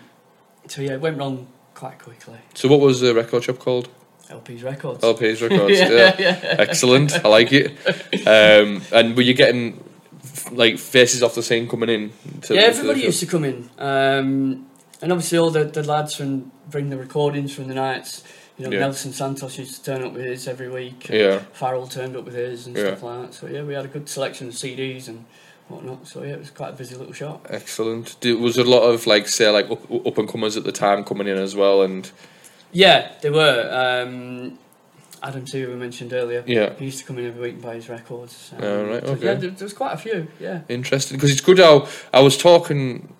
Speaker 5: so yeah, it went wrong quite quickly.
Speaker 4: So, what was the record shop called?
Speaker 5: LP's Records.
Speaker 4: LP's Records.
Speaker 5: Yeah,
Speaker 4: yeah, excellent. I like it. Um, and were you getting f- like faces off the scene coming in? To,
Speaker 5: yeah,
Speaker 4: to
Speaker 5: everybody
Speaker 4: the
Speaker 5: used to come in, um, and obviously all the, the lads from bring the recordings from the nights. You know,
Speaker 4: Yeah.
Speaker 5: Nelson Santos used to turn up with his every week. and
Speaker 4: Yeah.
Speaker 5: Farrell turned up with his and
Speaker 4: Yeah.
Speaker 5: stuff like that. So yeah, we had a good selection of CDs and whatnot. So yeah, it was quite a busy little shop.
Speaker 4: Excellent. Did, was there a lot of like say like up, up and comers at the time coming in as well? And
Speaker 5: Yeah, they were. Um, Adam T, we mentioned earlier.
Speaker 4: Yeah.
Speaker 5: He used to come in every week and buy his records. Um,
Speaker 4: Oh, right,
Speaker 5: so,
Speaker 4: okay.
Speaker 5: yeah, there, there was quite a few. Yeah.
Speaker 4: interesting because it's good how I was talking.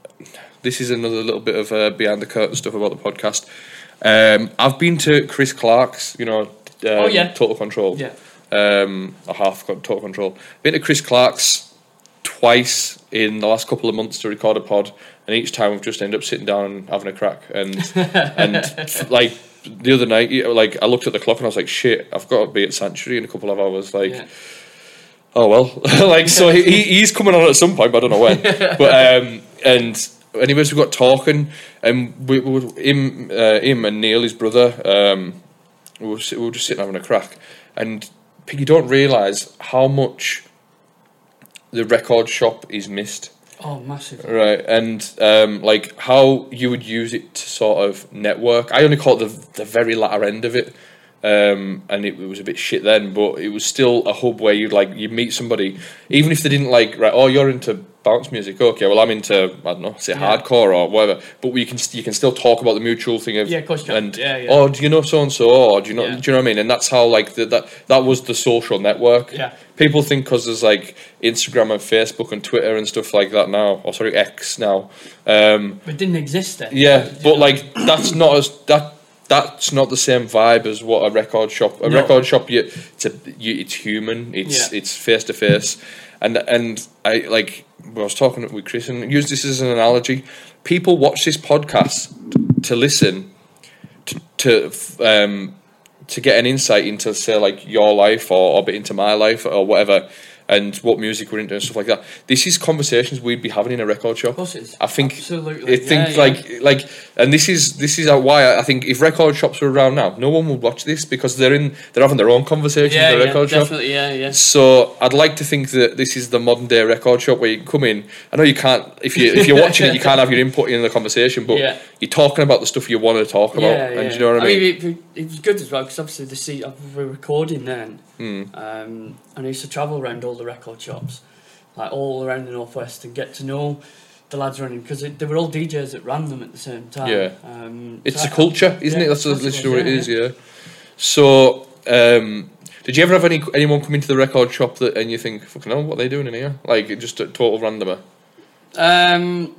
Speaker 4: This is another little bit of uh, behind the curtain stuff about the podcast. Um, I've been to Chris Clark's, you know, um,
Speaker 5: Oh, yeah.
Speaker 4: Total Control.
Speaker 5: Yeah.
Speaker 4: um, a half got total control. Been to Chris Clark's twice in the last couple of months to record a pod, and each time we've just ended up sitting down and having a crack. And and like the other night, you know, like I looked at the clock and I was like, shit, I've got to be at Sanctuary in a couple of hours. Like,
Speaker 5: yeah.
Speaker 4: oh well, like so he, he's coming on at some point, but I don't know when. but um, and anyways, we got talking, and we, we were- him, uh, him and Neil, his brother, um, we, were, sit- we were just sitting having a crack, and you don't realise how much the record shop is missed.
Speaker 5: Oh, massive.
Speaker 4: Right, and um, like how you would use it to sort of network. I only caught the the very latter end of it, um, and it, was a bit shit then. But it was still a hub where you'd like you meet somebody, even if they didn't like right. Oh, you're into bounce music, okay? Well, I'm into I don't know, say
Speaker 5: Yeah.
Speaker 4: hardcore or whatever. But we can st- you can still talk about the mutual thing of
Speaker 5: Yeah, of course you can.
Speaker 4: and
Speaker 5: Yeah, yeah.
Speaker 4: oh, do you know so and so? Or do you know
Speaker 5: Yeah.
Speaker 4: do you know what I mean? And that's how like the, that that was the social network.
Speaker 5: Yeah.
Speaker 4: People think because there's like Instagram and Facebook and Twitter and stuff like that now, or sorry, X now. Um,
Speaker 5: But it didn't exist then.
Speaker 4: yeah,
Speaker 5: You know?
Speaker 4: but like that's not as that that's not the same vibe as what a record shop. A
Speaker 5: No.
Speaker 4: record shop, you it's a, you, it's human. It's
Speaker 5: Yeah.
Speaker 4: it's face to face, and and I like when I was talking with Chris and use this as an analogy. People watch this podcast to listen to to f- um, to get an insight into say like your life or, or a bit into my life or whatever and what music we're into and stuff like that. This is conversations we'd be having in a record shop. Of
Speaker 5: course it is.
Speaker 4: I think
Speaker 5: Absolutely.
Speaker 4: I think
Speaker 5: Yeah,
Speaker 4: like
Speaker 5: yeah.
Speaker 4: like and this is this is why I think if record shops were around now, no one would watch this because they're in they're having their own conversations
Speaker 5: yeah,
Speaker 4: in the
Speaker 5: yeah,
Speaker 4: record shop.
Speaker 5: definitely, yeah, yeah.
Speaker 4: So I'd like to think that this is the modern day record shop where you can come in. I know you can't if you if you're watching it, you can't have your input in the conversation, but
Speaker 5: Yeah.
Speaker 4: you're talking about the stuff you want to talk about,
Speaker 5: Yeah,
Speaker 4: and
Speaker 5: yeah.
Speaker 4: you know what I mean.
Speaker 5: it, it- it was good as well because obviously the seat uh, we were recording then,
Speaker 4: Hmm.
Speaker 5: um, and I used to travel around all the record shops, like all around the northwest, and get to know the lads running because they were all DJs that ran them at the same time.
Speaker 4: Yeah.
Speaker 5: um,
Speaker 4: It's
Speaker 5: so
Speaker 4: a
Speaker 5: I-
Speaker 4: culture, isn't
Speaker 5: yeah,
Speaker 4: it? That's
Speaker 5: I suppose,
Speaker 4: literally what it
Speaker 5: yeah,
Speaker 4: is. Yeah. So, um, did you ever have any anyone come into the record shop that and you think, "Fucking hell, what are they doing in here?" Like it just a total randomer.
Speaker 5: Um,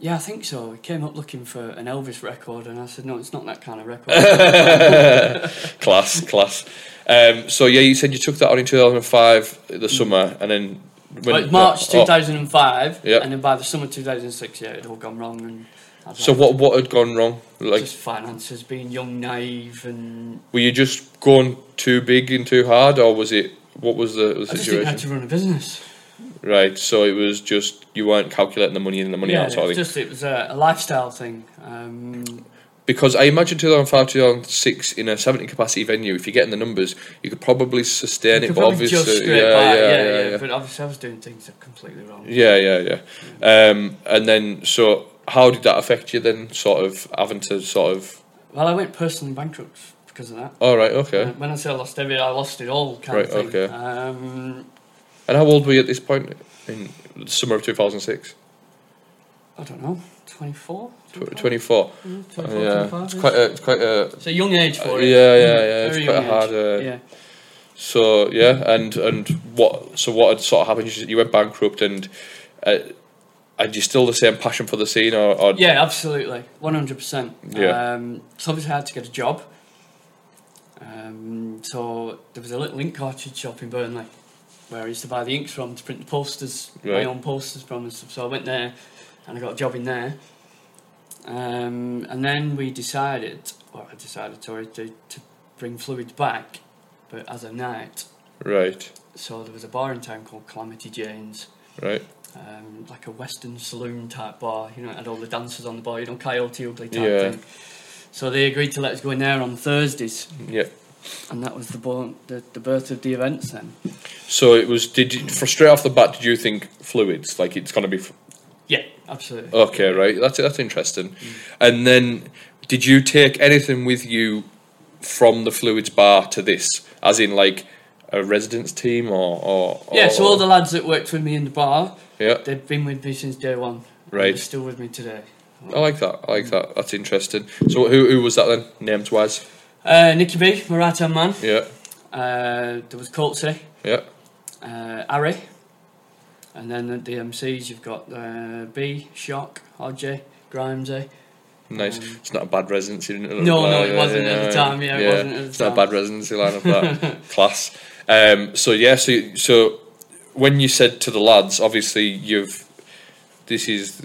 Speaker 5: yeah, I think so. He came up looking for an Elvis record, and I said, "No, it's not that kind of record."
Speaker 4: class, class. Um, so yeah, you said you took that on in two thousand and five, the summer, and then when
Speaker 5: But March
Speaker 4: oh,
Speaker 5: two thousand and five,
Speaker 4: Yeah.
Speaker 5: and then by the summer two thousand and six, yeah, it had all gone wrong. And I'd
Speaker 4: So
Speaker 5: like-
Speaker 4: what what had gone wrong? Like,
Speaker 5: just finances, being young, naive, and
Speaker 4: were you just going too big and too hard, or was it? What was the, the
Speaker 5: I just think I
Speaker 4: situation?
Speaker 5: had to run a business.
Speaker 4: Right, so it was just you weren't calculating the money in and the money
Speaker 5: yeah,
Speaker 4: out sort of
Speaker 5: it's
Speaker 4: thing.
Speaker 5: just it was a, a lifestyle thing. Um,
Speaker 4: because I imagine 2005, 2006 in a 70 capacity venue, if you're getting the numbers, you could probably sustain
Speaker 5: you
Speaker 4: it.
Speaker 5: could
Speaker 4: But
Speaker 5: probably
Speaker 4: obviously,
Speaker 5: just scrape
Speaker 4: yeah,
Speaker 5: by,
Speaker 4: yeah, yeah, yeah,
Speaker 5: But obviously, I was doing things that completely wrong.
Speaker 4: yeah, yeah, yeah. Um, and then, so how did that affect you then? Sort of having to sort of,
Speaker 5: Well, I went personally bankrupt because of that.
Speaker 4: all right, okay.
Speaker 5: Uh, When I say I lost everything, I lost it all. Kind of
Speaker 4: Right,
Speaker 5: thing.
Speaker 4: okay.
Speaker 5: Um,
Speaker 4: And how old were you at this point in the summer of 2006?
Speaker 5: I don't know, 24?
Speaker 4: Tw- 24.
Speaker 5: 24,
Speaker 4: yeah,
Speaker 5: 25,
Speaker 4: it's quite a, it's quite a.
Speaker 5: It's a young age for
Speaker 4: Uh,
Speaker 5: it.
Speaker 4: yeah, yeah, yeah, it's
Speaker 5: Very
Speaker 4: quite a
Speaker 5: young
Speaker 4: hard,
Speaker 5: age.
Speaker 4: uh,
Speaker 5: yeah.
Speaker 4: So yeah, and and what? So what had sort of happened? You said You went bankrupt, and uh, and you still the same passion for the scene, or, or
Speaker 5: Yeah, absolutely, one hundred percent.
Speaker 4: Yeah.
Speaker 5: Um, so obviously, I had to get a job. Um, so there was a little ink cartridge shop in Burnley where I used to buy the inks from to print the posters,
Speaker 4: Right.
Speaker 5: my own posters from and stuff. So I went there, and I got a job in there. Um, and then we decided, or I decided, sorry, to, to bring fluids back, but as a night.
Speaker 4: Right,
Speaker 5: So there was a bar in town called Calamity Jane's
Speaker 4: right.
Speaker 5: um, like a western saloon type bar. You know, it had all the dancers on the bar. You know, Coyote Ugly type
Speaker 4: Yeah.
Speaker 5: thing. So they agreed to let us go in there on Thursdays,
Speaker 4: Yeah.
Speaker 5: and that was the born, the, the birth of the events. Then,
Speaker 4: So it was. Did you, for straight off the bat? Did you think fluids? Like it's gonna be f-
Speaker 5: yeah, absolutely.
Speaker 4: okay, right? That's that's interesting. And then, did you take anything with you from the fluids bar to this? As in, like a residence team, or, or
Speaker 5: yeah, so all
Speaker 4: or-
Speaker 5: the lads that worked with me in the bar,
Speaker 4: yeah.
Speaker 5: they've been with me since day one. and
Speaker 4: Right.
Speaker 5: they're still with me today.
Speaker 4: I like that. I like that. That's interesting. So who who was that then? Names wise.
Speaker 5: Uh, Nicky B, my right hand man.
Speaker 4: Yeah.
Speaker 5: Uh, there was Coltsey,
Speaker 4: Yeah.
Speaker 5: uh, Harry, and then at the MCs you've got uh, B, Shock, RJ, Grimesy.
Speaker 4: Nice.
Speaker 5: Um,
Speaker 4: it's not a bad residency. No,
Speaker 5: No, no, it wasn't at the time, yeah, it wasn't at the
Speaker 4: it's
Speaker 5: time.
Speaker 4: not a bad residency lineup. That class. Um, so yeah, so so when you said to the lads, obviously you've this is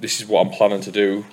Speaker 4: this is what I'm planning to do.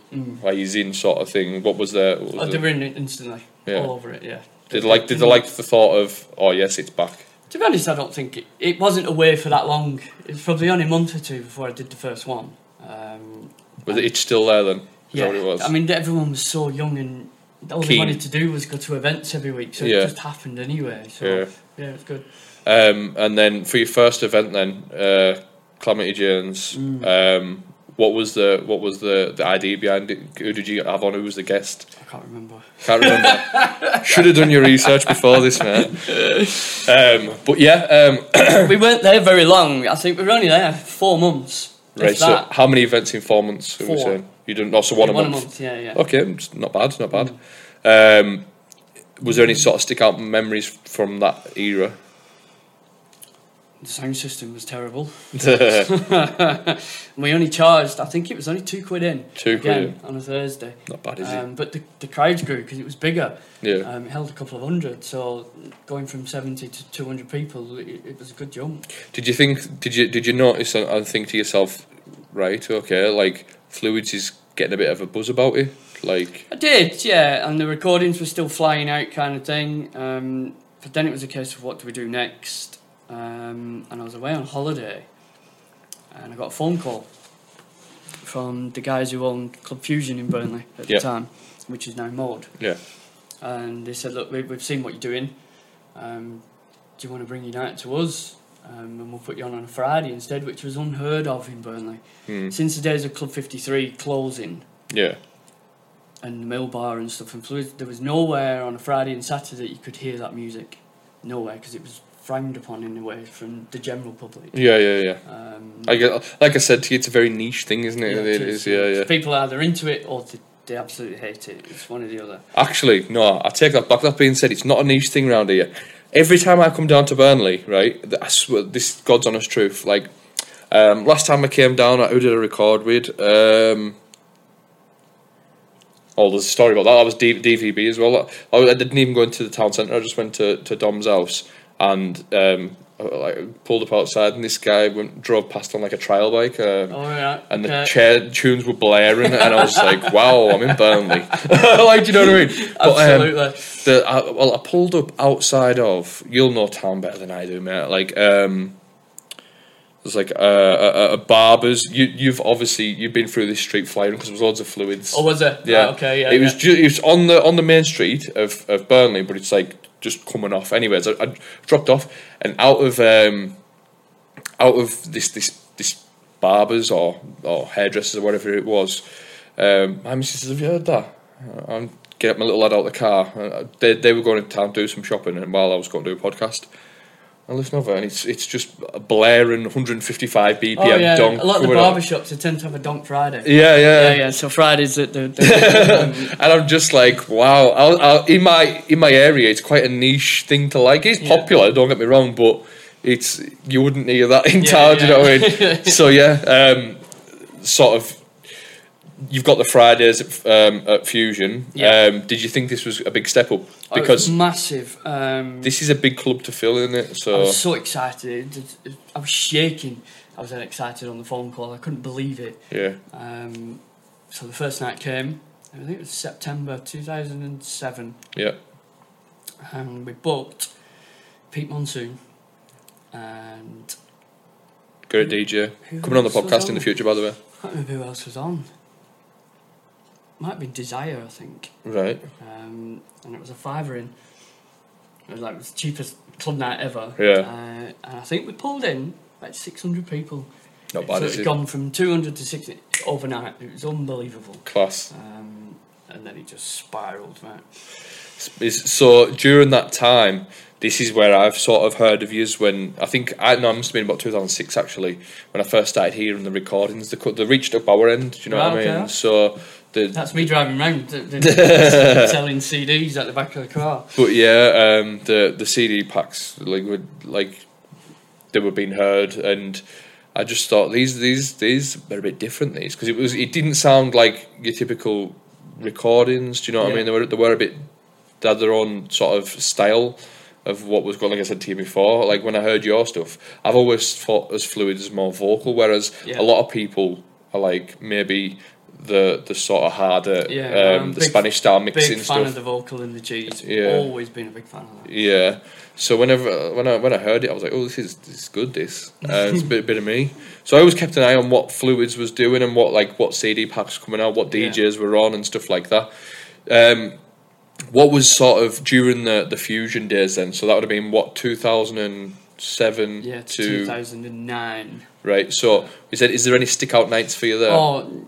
Speaker 4: Like he's in sort of thing. What was there? What
Speaker 5: Mm. Oh,
Speaker 4: was
Speaker 5: they
Speaker 4: there?
Speaker 5: were in it instantly.
Speaker 4: Yeah.
Speaker 5: All over it, yeah.
Speaker 4: Did they like did they like the thought of oh yes it's back
Speaker 5: To be honest, I don't think it, it wasn't away for that long. It was probably only a month or two before I did the first one. Um,
Speaker 4: Was it, it's still there then? Is
Speaker 5: yeah,
Speaker 4: that what it was?
Speaker 5: I mean, everyone was so young and all
Speaker 4: Keen.
Speaker 5: they wanted to do was go to events every week, so
Speaker 4: Yeah.
Speaker 5: it just happened anyway. So
Speaker 4: Yeah.
Speaker 5: yeah, it's good.
Speaker 4: um, and then for your first event, then uh, Calamity Jones.
Speaker 5: Mm.
Speaker 4: Um, what was the what was the, the idea behind it? Who did you have on? Who was the guest?
Speaker 5: I can't remember.
Speaker 4: Can't remember. Should have done your research before this, mate. Um, but yeah, um,
Speaker 5: we weren't there very long. I think we were only there four months. if
Speaker 4: right. So
Speaker 5: that.
Speaker 4: how many events in four months? Were we
Speaker 5: Four.
Speaker 4: saying? You didn't also one,
Speaker 5: Yeah,
Speaker 4: a,
Speaker 5: one Mm.
Speaker 4: month.
Speaker 5: Yeah, yeah.
Speaker 4: Okay, it's not bad, not bad. Um, was there any sort of stick out memories from that era?
Speaker 5: The sound system was terrible. And we only charged, I think it was only two quid in.
Speaker 4: Two quid
Speaker 5: again, on a Thursday.
Speaker 4: not bad, is it?
Speaker 5: Um, but the, the crowds grew because it was bigger.
Speaker 4: Yeah.
Speaker 5: Um, it held a couple of hundred, so going from 70 to 200 people, it, it was a good jump.
Speaker 4: Did you think? Did you did you notice and, and think to yourself, right? Okay, like fluids is getting a bit of a buzz about it. Like,
Speaker 5: I did, yeah, and the recordings were still flying out, kind of thing. Um, but then it was a case of what do we do next? Um, and I was away on holiday, and I got a phone call from the guys who owned Club Fusion in Burnley at
Speaker 4: Yeah.
Speaker 5: the time, which is now Mode.
Speaker 4: yeah,
Speaker 5: and they said, "Look, we, we've seen what you're doing. Um, do you want to bring your night to us, um, and we'll put you on on a Friday instead?" Which was unheard of in Burnley since the days of Club Fifty Three closing
Speaker 4: hmm, yeah,
Speaker 5: and the Mill Bar and stuff. And fluid, there was nowhere on a Friday and Saturday you could hear that music, nowhere because it was frowned upon in a way from the general public.
Speaker 4: yeah, yeah, yeah.
Speaker 5: Um,
Speaker 4: I get, like I said to you, it's a very niche thing, isn't it?
Speaker 5: yeah,
Speaker 4: it is, yeah, yeah.
Speaker 5: People are either into it or they, they absolutely hate it. It's one or the other.
Speaker 4: Actually, no, I take that back. That being said, it's not a niche thing round here. Every time I come down to Burnley, right, th- I swear, this God's honest truth. Like, um, last time I came down, who did I record with? Um, oh, there's a story about that. That was D- DVB as well. I, I didn't even go into the town centre. I just went to, to Dom's house and um, I, like pulled up outside, and this guy went drove past on like a trial bike. Um,
Speaker 5: All right.
Speaker 4: and the
Speaker 5: okay.
Speaker 4: chair tunes were blaring, and I was like, "Wow, I'm in Burnley." like, do you know what I mean? But, um,
Speaker 5: Absolutely.
Speaker 4: the I, well, I pulled up outside of. You'll know town better than I do, mate. Like, um, there's like uh, a, a, a barber's. You, you've obviously you've been through this street flying because there was loads of fluids.
Speaker 5: Oh, was it?
Speaker 4: Yeah.
Speaker 5: Right, okay. Yeah.
Speaker 4: It was
Speaker 5: yeah.
Speaker 4: ju- it was on the on the main street of, of Burnley, but it's like just coming off. Anyways, I, I dropped off and out of um, out of this this this barbers or or hairdressers or whatever it was. Um, my missus says, "Have you heard that?" I'm get my little lad out of the car. Uh, They they were going to town to do some shopping, and while I was going to do a podcast. I listen over and it's it's just a blaring 155 BPM
Speaker 5: Oh, yeah.
Speaker 4: donk.
Speaker 5: a lot of the
Speaker 4: going on.
Speaker 5: barbershops they tend to have a donk Friday.
Speaker 4: Yeah, yeah,
Speaker 5: yeah, yeah. So Fridays at the. the
Speaker 4: And I'm just like, wow. I'll, I'll, in my in my area, it's quite a niche thing to like. It's
Speaker 5: Yeah.
Speaker 4: popular, don't get me wrong, but it's you wouldn't hear that in
Speaker 5: Yeah,
Speaker 4: town. Do you know
Speaker 5: yeah.
Speaker 4: what I mean? so yeah, um, sort of. You've got the Fridays at, um, at Fusion.
Speaker 5: Yeah.
Speaker 4: Um, did you think this was a big step up?
Speaker 5: Oh, it was
Speaker 4: Because
Speaker 5: massive. Um,
Speaker 4: this is a big club to fill, isn't it?
Speaker 5: I
Speaker 4: So
Speaker 5: was so excited. It- it- I was shaking. I was that excited on the phone call. I couldn't believe it.
Speaker 4: yeah,
Speaker 5: Um, so the first night came. I think it was September 2007,
Speaker 4: yeah,
Speaker 5: and we booked Pete Monsoon and
Speaker 4: great DJ
Speaker 5: Who
Speaker 4: coming on the
Speaker 5: else was
Speaker 4: podcast in
Speaker 5: on?
Speaker 4: the future. By the way,
Speaker 5: I can't remember who else was on. Might have been Desire, I think.
Speaker 4: right?
Speaker 5: um, and it was a fiver in. It was like it was the cheapest club night ever.
Speaker 4: Yeah.
Speaker 5: Uh, and I think we pulled in like 600 people.
Speaker 4: Not bad.
Speaker 5: so
Speaker 4: is
Speaker 5: it's
Speaker 4: it?
Speaker 5: gone from 200 to 60 overnight. It was unbelievable.
Speaker 4: Class.
Speaker 5: Um, and then it just spiraled, mate.
Speaker 4: is so during that time this is where I've sort of heard of yous when I think I no, it must have been about 2006 actually when I first started hearing the recordings they, cut- they reached up our end do you know what
Speaker 5: Right,
Speaker 4: I mean
Speaker 5: okay.
Speaker 4: so the
Speaker 5: That's me driving round th- th- selling CDs at the back of the car.
Speaker 4: but yeah um, the the CD packs like would like they were being heard and I just thought these these these are a bit different these because it was it didn't sound like your typical recordings do you know what I
Speaker 5: Yeah.
Speaker 4: mean they were they were a bit they had their own sort of style of what was going like I said to you before like when I heard your stuff I've always thought as fluid as more vocal whereas
Speaker 5: Yeah.
Speaker 4: a lot of people are like maybe the the sort of harder,
Speaker 5: Yeah,
Speaker 4: um,
Speaker 5: I'm
Speaker 4: the
Speaker 5: big-
Speaker 4: Spanish style
Speaker 5: Big
Speaker 4: mixing
Speaker 5: fan
Speaker 4: stuff.
Speaker 5: of the vocal and the cheese.
Speaker 4: Yeah.
Speaker 5: Always been a big fan of that.
Speaker 4: Yeah. So whenever uh, when I when I heard it, I was like, "Oh, this is this is good. This uh, it's a bit, bit of me." So I always kept an eye on what Fluids was doing and what like what CD packs coming out, what
Speaker 5: Yeah.
Speaker 4: DJs were on, and stuff like that. Um, what was sort of during the the fusion days then? So that would have been what two thousand and seven
Speaker 5: Yeah,
Speaker 4: to
Speaker 5: 2009.
Speaker 4: right. So we said, "Is there any stick out nights for you there?"
Speaker 5: Oh,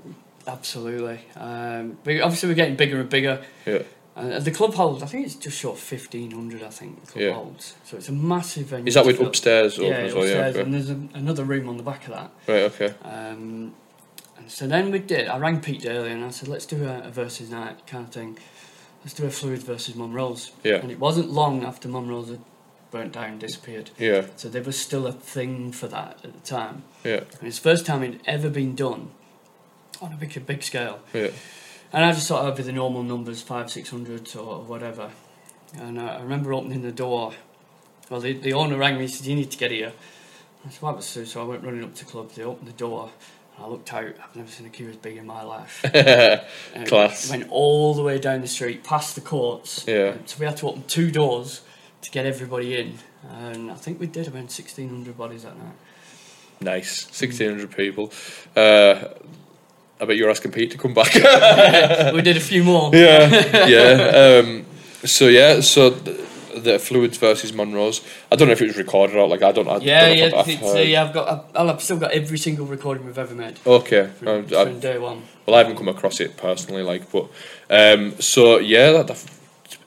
Speaker 5: absolutely. Um, but obviously, we're getting bigger and bigger.
Speaker 4: Yeah.
Speaker 5: Uh, the club holds, I think it's just short of 1,500, I think, the club
Speaker 4: Yeah.
Speaker 5: holds. So it's a massive venue.
Speaker 4: Is that with
Speaker 5: to fill.
Speaker 4: upstairs
Speaker 5: Yeah,
Speaker 4: open as well?
Speaker 5: upstairs,
Speaker 4: Yeah. Okay.
Speaker 5: and there's a, another room on the back of that.
Speaker 4: Right. Okay.
Speaker 5: Um, and so then we did. I rang Pete Daly and I said, let's do a, a versus night kind of thing. Let's do a Fluids versus Mum Rolls.
Speaker 4: Yeah.
Speaker 5: And it wasn't long after Mum Rolls had burnt down, disappeared.
Speaker 4: Yeah.
Speaker 5: So there was still a thing for that at the time.
Speaker 4: Yeah.
Speaker 5: And it's the first time it'd ever been done on a big, big scale.
Speaker 4: Yeah.
Speaker 5: And I just thought it'd be the normal numbers, five, six hundred or whatever. And I I remember opening the door. Well, the, the owner rang me and said, You need to get here. I said, What was Sue? So I went running up to the club. They opened the door. And I looked out. I've never seen a queue as big in my life. And it
Speaker 4: Class.
Speaker 5: Um, Went all the way down the street, past the courts.
Speaker 4: Yeah.
Speaker 5: So we had to open two doors to get everybody in. And I think we did around 1,600 bodies that night.
Speaker 4: Nice. 1600 people. Uh, I bet you're asking Pete to come back.
Speaker 5: we did a few more.
Speaker 4: yeah. Yeah. Um, so, yeah, so th- the Fluids versus Monroe's. I don't know if it was recorded or like, I don't, I
Speaker 5: Yeah,
Speaker 4: don't know. if
Speaker 5: yeah,
Speaker 4: I've- I've
Speaker 5: it's, uh,
Speaker 4: heard.
Speaker 5: yeah. I've got, I've, I'll- I've still got every single recording we've ever made
Speaker 4: Okay.
Speaker 5: from,
Speaker 4: Um, I,
Speaker 5: from day one.
Speaker 4: well, I haven't come across it personally, like, but. Um, so, yeah, that, that,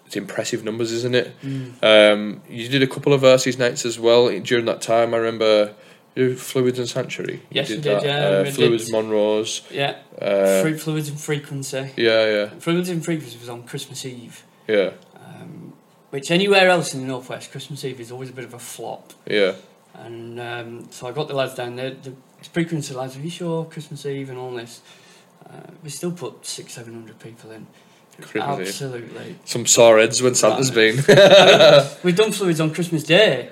Speaker 4: it's impressive numbers, isn't it?
Speaker 5: Mm.
Speaker 4: Um, you did a couple of versus nights as well during that time. I remember. you did Fluids and Sanctuary.
Speaker 5: Yes,
Speaker 4: you did
Speaker 5: we did,
Speaker 4: that.
Speaker 5: yeah,
Speaker 4: uh,
Speaker 5: we did.
Speaker 4: Fluids, Monroe's.
Speaker 5: Yeah,
Speaker 4: Uh,
Speaker 5: Fru- fluids and frequency.
Speaker 4: yeah, yeah,
Speaker 5: Fluids and frequency was on Christmas Eve,
Speaker 4: yeah,
Speaker 5: um, which anywhere else in the northwest, Christmas Eve is always a bit of a flop.
Speaker 4: yeah.
Speaker 5: And um, so I got the lads down there. The frequency lads, are you sure Christmas Eve and all this? Uh, we still put six, seven hundred people in.
Speaker 4: Christmas Eve.
Speaker 5: Absolutely.
Speaker 4: Some sore heads when Santa's been.
Speaker 5: We've done fluids on Christmas Day. In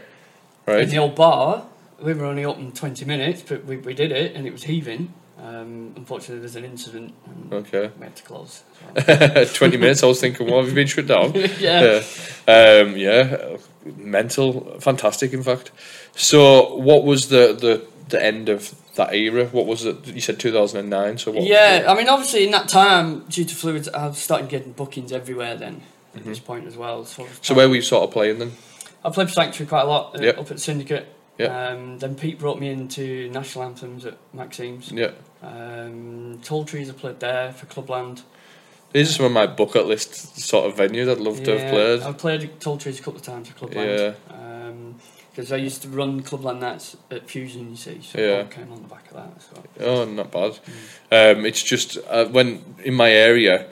Speaker 5: the
Speaker 4: right?
Speaker 5: old bar, we were only open 20 minutes, but we, we did it and it was heaving. Um, unfortunately, there's an incident and
Speaker 4: Okay.
Speaker 5: we had to close. So.
Speaker 4: 20 minutes, I was thinking, well, have you been shut down?
Speaker 5: yeah.
Speaker 4: Um, yeah. Mental. Fantastic, in fact. So, what was the, the, the end of that era? What was it? You said 2009, so what?
Speaker 5: Yeah, I mean, obviously, in that time, due to fluids, I started getting bookings everywhere then at this point as well. So, I was
Speaker 4: Mm-hmm. So, where were you sort of playing then?
Speaker 5: I played for Sanctuary quite a lot uh,
Speaker 4: Yep.
Speaker 5: up at Syndicate.
Speaker 4: Yep.
Speaker 5: Um, then Pete brought me into National Anthems at Maxime's.
Speaker 4: Yeah.
Speaker 5: Um, Tall Trees, I played there for Clubland.
Speaker 4: These are some of my bucket list sort of venues I'd love to have played.
Speaker 5: I've played Tall Trees a couple of times for Clubland. Yeah. Because I used to run Clubland nights at Fusion, you see. So
Speaker 4: Yeah.
Speaker 5: I came on the back of that. So.
Speaker 4: Oh, not bad. Um, it's just uh, when in my area,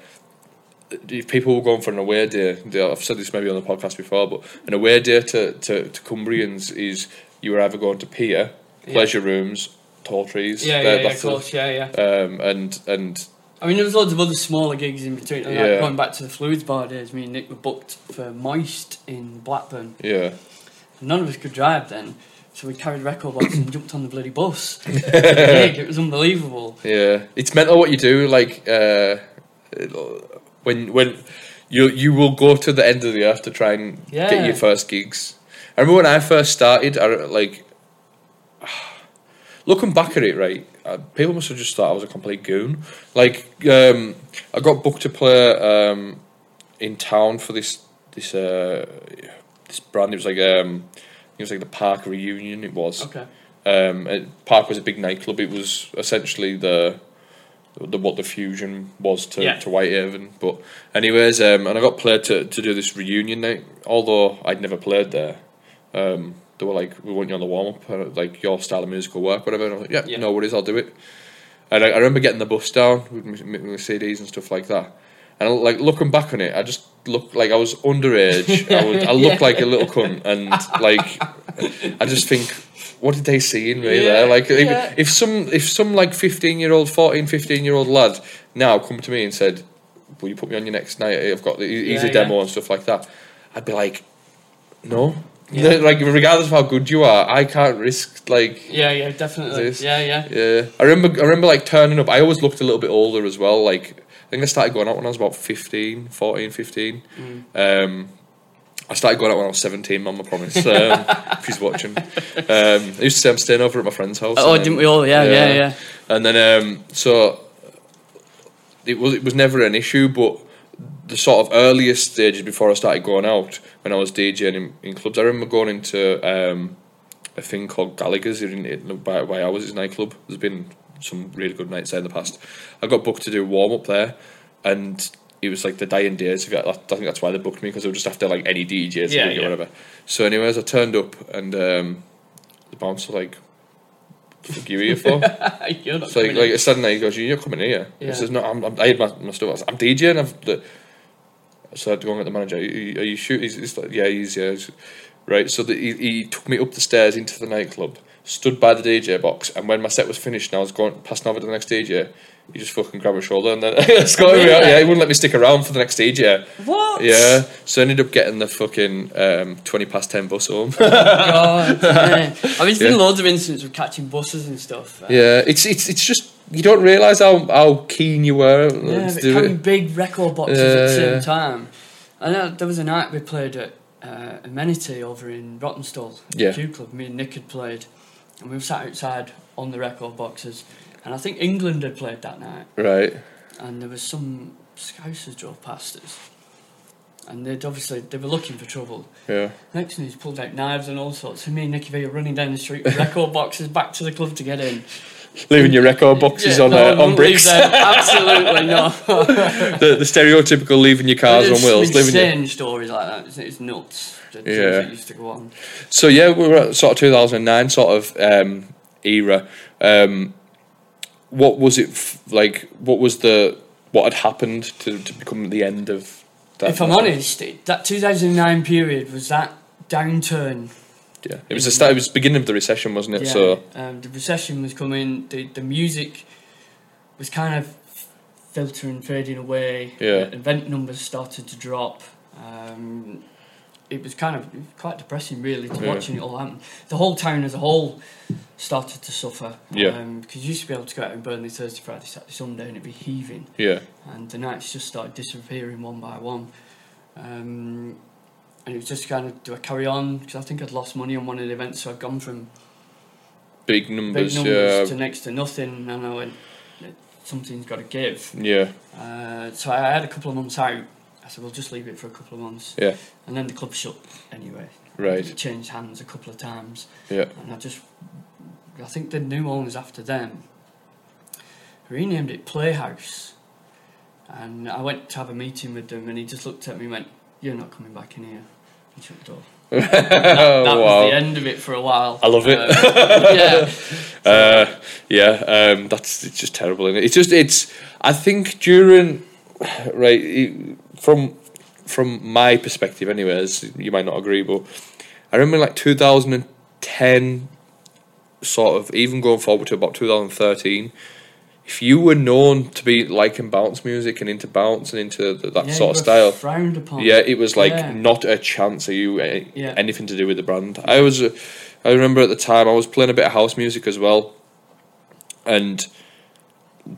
Speaker 4: if people were going for an away day, they- I've said this maybe on the podcast before, but an away day to, to, to Cumbrians is you were either going to pier,
Speaker 5: Yeah.
Speaker 4: pleasure rooms, tall trees.
Speaker 5: Yeah,
Speaker 4: they're-
Speaker 5: yeah, yeah, of
Speaker 4: that's the-
Speaker 5: course, yeah, yeah.
Speaker 4: Um, and and
Speaker 5: I mean, there was loads of other smaller gigs in between. Like
Speaker 4: Yeah.
Speaker 5: Going back to the fluids bar days, me and Nick were booked for Moist in Blackburn.
Speaker 4: yeah,
Speaker 5: None of us could drive then, so we carried record boxes and jumped on the bloody bus. to the gig. It was unbelievable.
Speaker 4: yeah. It's mental what you do. Like uh, it'll- when when you you will go to the end of the earth to try and get
Speaker 5: Yeah.
Speaker 4: your first gigs. I remember when I first started. I re- like looking back at it, right? Uh, people must have just thought I was a complete goon. Like, um, I got booked to play um, in town for this this uh, this brand. It was like um, it was like the Park reunion. It was.
Speaker 5: Okay.
Speaker 4: Um, it, Park was a big nightclub. It was essentially the the what the fusion was to,
Speaker 5: Yeah.
Speaker 4: to Whitehaven. But anyways, um, and I got played to, to do this reunion night. Although I'd never played there, um, they were like, "We want you on the warm up, uh, like your style of musical work, whatever." And I was like, "Yeah,
Speaker 5: Yeah.
Speaker 4: no worries, I'll do it." And I, I remember getting the bus down with my, my CDs and stuff like that. And like looking back on it, I just looked like I was underage. I, would, I looked like a little cunt, and like I just think, what did they see in me
Speaker 5: Yeah,
Speaker 4: there? Like if-
Speaker 5: yeah.
Speaker 4: if some if some like 15 year old 14 15 year old lad now come to me and said will you put me on your next night i've got the, he's
Speaker 5: Yeah,
Speaker 4: a
Speaker 5: yeah.
Speaker 4: demo and stuff like that i'd be like no
Speaker 5: Yeah.
Speaker 4: Like regardless of how good you are, I can't risk like
Speaker 5: Yeah, yeah, definitely.
Speaker 4: This.
Speaker 5: Yeah, yeah.
Speaker 4: Yeah, I remember. I remember like turning up. I always looked a little bit older as well. Like I think I started going out when I was about 15, 14, 15.
Speaker 5: Mm.
Speaker 4: Um, I started going out when I was seventeen. Mum, I promise. Um, if she's watching, um, I used to say I'm staying over at my friend's house.
Speaker 5: Oh,
Speaker 4: and then-
Speaker 5: didn't we all? Yeah, yeah, yeah.
Speaker 4: And then um, so it was it was never an issue, but the sort of earliest stages before I started going out when I was DJing in, in clubs, I remember going into um, a thing called Gallagher's here in, in by, by ours, it's a nightclub. There's been some really good nights there in the past. I got booked to do warm up there, and it was like the day and days. of it. I think that's why they booked me because they were just after like any DJs
Speaker 5: Yeah,
Speaker 4: yeah,
Speaker 5: yeah.
Speaker 4: or whatever. So, anyways, I turned up and um, the bouncer like, "Fuck you here for?"
Speaker 5: You're not
Speaker 4: So like,
Speaker 5: coming
Speaker 4: like
Speaker 5: in.
Speaker 4: suddenly he goes, "You- "You're coming here."
Speaker 5: Yeah.
Speaker 4: He says, "No, I'm, I'm, I had my, my stuff. I was, I'm DJing." I've, the, so I had to go and get the manager. Are you, are you sure? He's, he's like, "Yeah, he's yeah." He's, right. So the, he, he took me up the stairs into the nightclub, stood by the DJ box, and when my set was finished and I was going passing over to the next DJ, he just fucking grabbed my shoulder and then escorted me out.
Speaker 5: Really?
Speaker 4: Yeah, he wouldn't let me stick around for the next DJ.
Speaker 5: what?
Speaker 4: Yeah, so I ended up getting the fucking um, twenty past ten bus home.
Speaker 5: God. yeah. I mean, there's been
Speaker 4: Yeah.
Speaker 5: loads of incidents of catching buses and stuff. uh,
Speaker 4: yeah, it's it's it's just you don't realise how how keen you were
Speaker 5: Yeah,
Speaker 4: to
Speaker 5: but
Speaker 4: do
Speaker 5: carrying
Speaker 4: it.
Speaker 5: big record boxes
Speaker 4: Yeah,
Speaker 5: at the same
Speaker 4: yeah.
Speaker 5: time. I know there was a night we played at uh, Amenity over in Rottenstall,
Speaker 4: Yeah.
Speaker 5: Q Club. Me and Nick had played, and we were sat outside on the record boxes. And I think England had played that night,
Speaker 4: Right.
Speaker 5: and there was some Scousers drove past us, and they'd obviously they were looking for trouble.
Speaker 4: Yeah.
Speaker 5: Next thing he's pulled out knives and all sorts. And me and Nicky V are running down the street with record boxes back to the club to get in.
Speaker 4: Leaving your record boxes
Speaker 5: Yeah,
Speaker 4: on
Speaker 5: no, I
Speaker 4: uh, on
Speaker 5: wouldn't leave
Speaker 4: bricks.
Speaker 5: them. Absolutely not.
Speaker 4: the, the stereotypical leaving your cars on
Speaker 5: It's
Speaker 4: wheels. Leaving your...
Speaker 5: Insane stories like that. It's, it's nuts. The things
Speaker 4: Yeah.
Speaker 5: that used to go on.
Speaker 4: So yeah, we were at sort of 2009 sort of um, era. Um, what was it f- like? What was the what had happened to, to become the end of that?
Speaker 5: If I'm honest, it, that 2009 period was that downturn.
Speaker 4: yeah, it was the start. It was the beginning of the recession, wasn't it?
Speaker 5: Yeah.
Speaker 4: So
Speaker 5: um, the recession was coming. The the music was kind of filtering, fading away.
Speaker 4: Yeah.
Speaker 5: Event numbers started to drop. Um, it was kind of quite depressing, really, to
Speaker 4: Yeah.
Speaker 5: watching it all happen. The whole town as a whole started to suffer.
Speaker 4: Yeah.
Speaker 5: Because you used to be able to go out in Burnley Thursday, Friday, Saturday, Sunday, and it'd be heaving
Speaker 4: yeah,
Speaker 5: and the nights just started disappearing one by one. Um, and it was just kind of, do I carry on? Because I think I'd lost money on one of the events, so I'd gone from
Speaker 4: big
Speaker 5: big
Speaker 4: numbers.
Speaker 5: numbers
Speaker 4: yeah,
Speaker 5: to next to nothing, and I went, something's got to give.
Speaker 4: yeah,
Speaker 5: Uh, so I had a couple of months out. I said, we'll just leave it for a couple of months.
Speaker 4: yeah.
Speaker 5: And then the club shut anyway. It
Speaker 4: Right.
Speaker 5: changed hands a couple of times.
Speaker 4: Yeah.
Speaker 5: And I just, I think the new owners after them renamed it Playhouse. And I went to have a meeting with them, and he just looked at me and went, You're not coming back in here. And shut the door. That was the end of it for a while.
Speaker 4: I love it.
Speaker 5: Um, yeah.
Speaker 4: Uh, yeah, um, that's it's just terrible. Isn't it? It's just it's. I think during right it- from from my perspective, anyways, you might not agree, but I remember like 2010, sort of even going forward to about 2013. If you were known to be liking bounce music and into bounce and into th that
Speaker 5: Yeah, you
Speaker 4: sort of
Speaker 5: were
Speaker 4: style,
Speaker 5: Frowned upon.
Speaker 4: yeah, it was like
Speaker 5: Yeah.
Speaker 4: not a chance of you uh,
Speaker 5: Yeah.
Speaker 4: anything to do with the brand. I was, uh, I remember at the time I was playing a bit of house music as well, and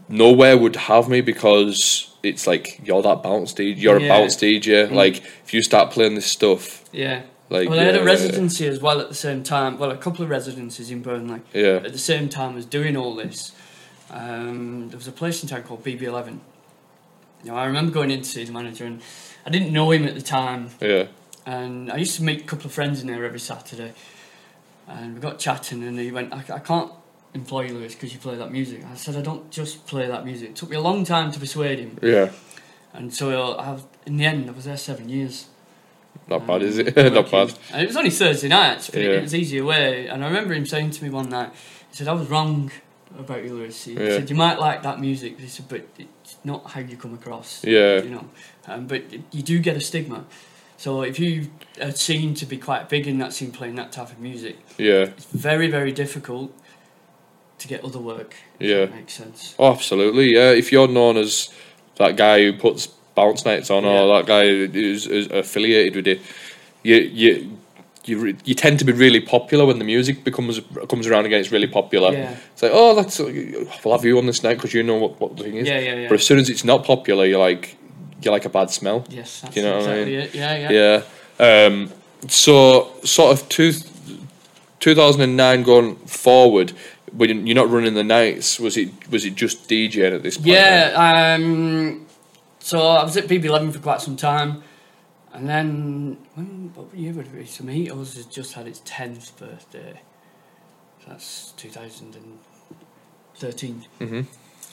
Speaker 4: nowhere would have me because it's like you're that bounce DJ, you're
Speaker 5: Yeah. Mm.
Speaker 4: a bounce DJ. Like if you start playing this stuff,
Speaker 5: Yeah.
Speaker 4: Like,
Speaker 5: well, I had
Speaker 4: yeah,
Speaker 5: a residency as well at the same time. Well, a couple of residencies in Burnley.
Speaker 4: Yeah.
Speaker 5: At the same time as doing all this, um, there was a place in town called BB11. Now, I remember going in to see the manager, and I didn't know him at the time.
Speaker 4: yeah,
Speaker 5: And I used to meet a couple of friends in there every Saturday. And we got chatting, and he went, I, I can't employ you, Lewis, because you play that music. I said, I don't just play that music. It took me a long time to persuade him.
Speaker 4: yeah,
Speaker 5: And so, I, I- in the end, I was there seven years.
Speaker 4: not bad, is it?
Speaker 5: Um,
Speaker 4: not bad.
Speaker 5: And it was only Thursday nights, but it,
Speaker 4: Yeah.
Speaker 5: it was easy away. And I remember him saying to me one night, he said, I was wrong about you, Lewis. He
Speaker 4: Yeah.
Speaker 5: said, You might like that music, but he said, but it's not how you come across.
Speaker 4: Yeah.
Speaker 5: You know, um, but it- you do get a stigma. So if you are seen to be quite big in that scene playing that type of music,
Speaker 4: Yeah,
Speaker 5: it's very, very difficult to get other work. if
Speaker 4: Yeah.
Speaker 5: That makes sense.
Speaker 4: oh, absolutely. Yeah, if you're known as that guy who puts bounce nights on, or
Speaker 5: Yeah.
Speaker 4: that guy who's, who's affiliated with it, you you you re- you tend to be really popular when the music becomes comes around again. It's really popular.
Speaker 5: Yeah.
Speaker 4: It's like oh, that's we'll have you on this night because you know what, what the thing is.
Speaker 5: Yeah, yeah, yeah.
Speaker 4: But as soon as it's not popular, you're like you're like a bad smell.
Speaker 5: Yes,
Speaker 4: Do
Speaker 5: that's
Speaker 4: you know what I
Speaker 5: exactly
Speaker 4: mean?
Speaker 5: it. Yeah, yeah.
Speaker 4: Yeah. Um, so sort of two, 2009 going forward, when you're not running the nights, was it was it just DJing at this point? then?
Speaker 5: Yeah, um, so I was at BB11 for quite some time, and then when what year would it be? So Mojitos has just had its tenth birthday. So that's 2013.
Speaker 4: Mhm.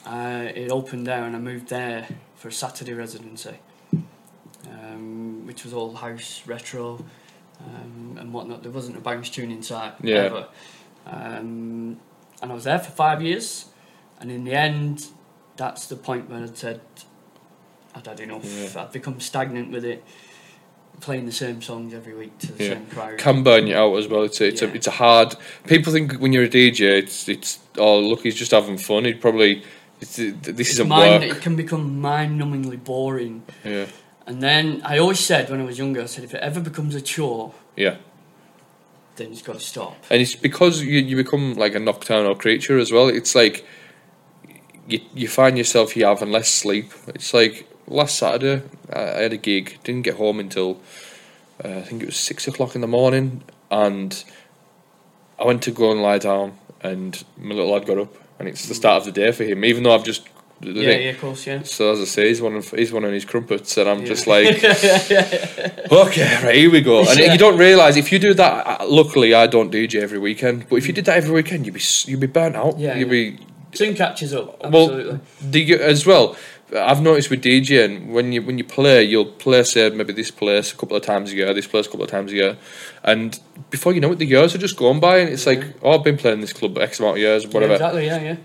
Speaker 5: Uh, it opened there, and I moved there for a Saturday residency, um, which was all house retro um, and whatnot. There wasn't a bounce tune inside
Speaker 4: Yeah.
Speaker 5: ever. Um, and I was there for five years, and in the end, that's the point when I said I'd had enough.
Speaker 4: Yeah.
Speaker 5: I'd become stagnant with it, playing the same songs every week to the
Speaker 4: Yeah.
Speaker 5: same crowd.
Speaker 4: Can burn you out as well. It's a, it's, a,
Speaker 5: Yeah.
Speaker 4: it's a hard. People think when you're a DJ, it's it's oh look, he's just having fun. He'd probably it's, this isn't
Speaker 5: mind,
Speaker 4: work.
Speaker 5: It can become mind-numbingly boring.
Speaker 4: Yeah,
Speaker 5: And then I always said when I was younger, I said if it ever becomes a chore,
Speaker 4: yeah.
Speaker 5: then it's got to stop.
Speaker 4: and it's because you, you become like a nocturnal creature as well. It's like you you find yourself you having less sleep. It's like last Saturday I, I had a gig, didn't get home until uh, I think it was six o'clock in the morning, and I went to go and lie down, and my little lad got up, and it's the start of the day for him, even though I've just the
Speaker 5: yeah,
Speaker 4: thing-
Speaker 5: yeah, of course, yeah.
Speaker 4: So as I say, he's one of he's one of his crumpets, and I'm
Speaker 5: Yeah.
Speaker 4: just like, okay, right, here we go. And
Speaker 5: Yeah.
Speaker 4: you don't realise if you do that. I- Luckily, I don't DJ every weekend, but if you did that every weekend, you'd be s- you'd be burnt out.
Speaker 5: Yeah,
Speaker 4: you'd
Speaker 5: yeah.
Speaker 4: be
Speaker 5: Soon catches up.
Speaker 4: well,
Speaker 5: Absolutely.
Speaker 4: the, as well, I've noticed with DJing when you when you play, you'll play say maybe this place a couple of times a year, this place a couple of times a year, and before you know it, the years are just gone by, and it's like, oh, I've been playing this club X amount of years, whatever,
Speaker 5: Yeah, exactly. Yeah, yeah.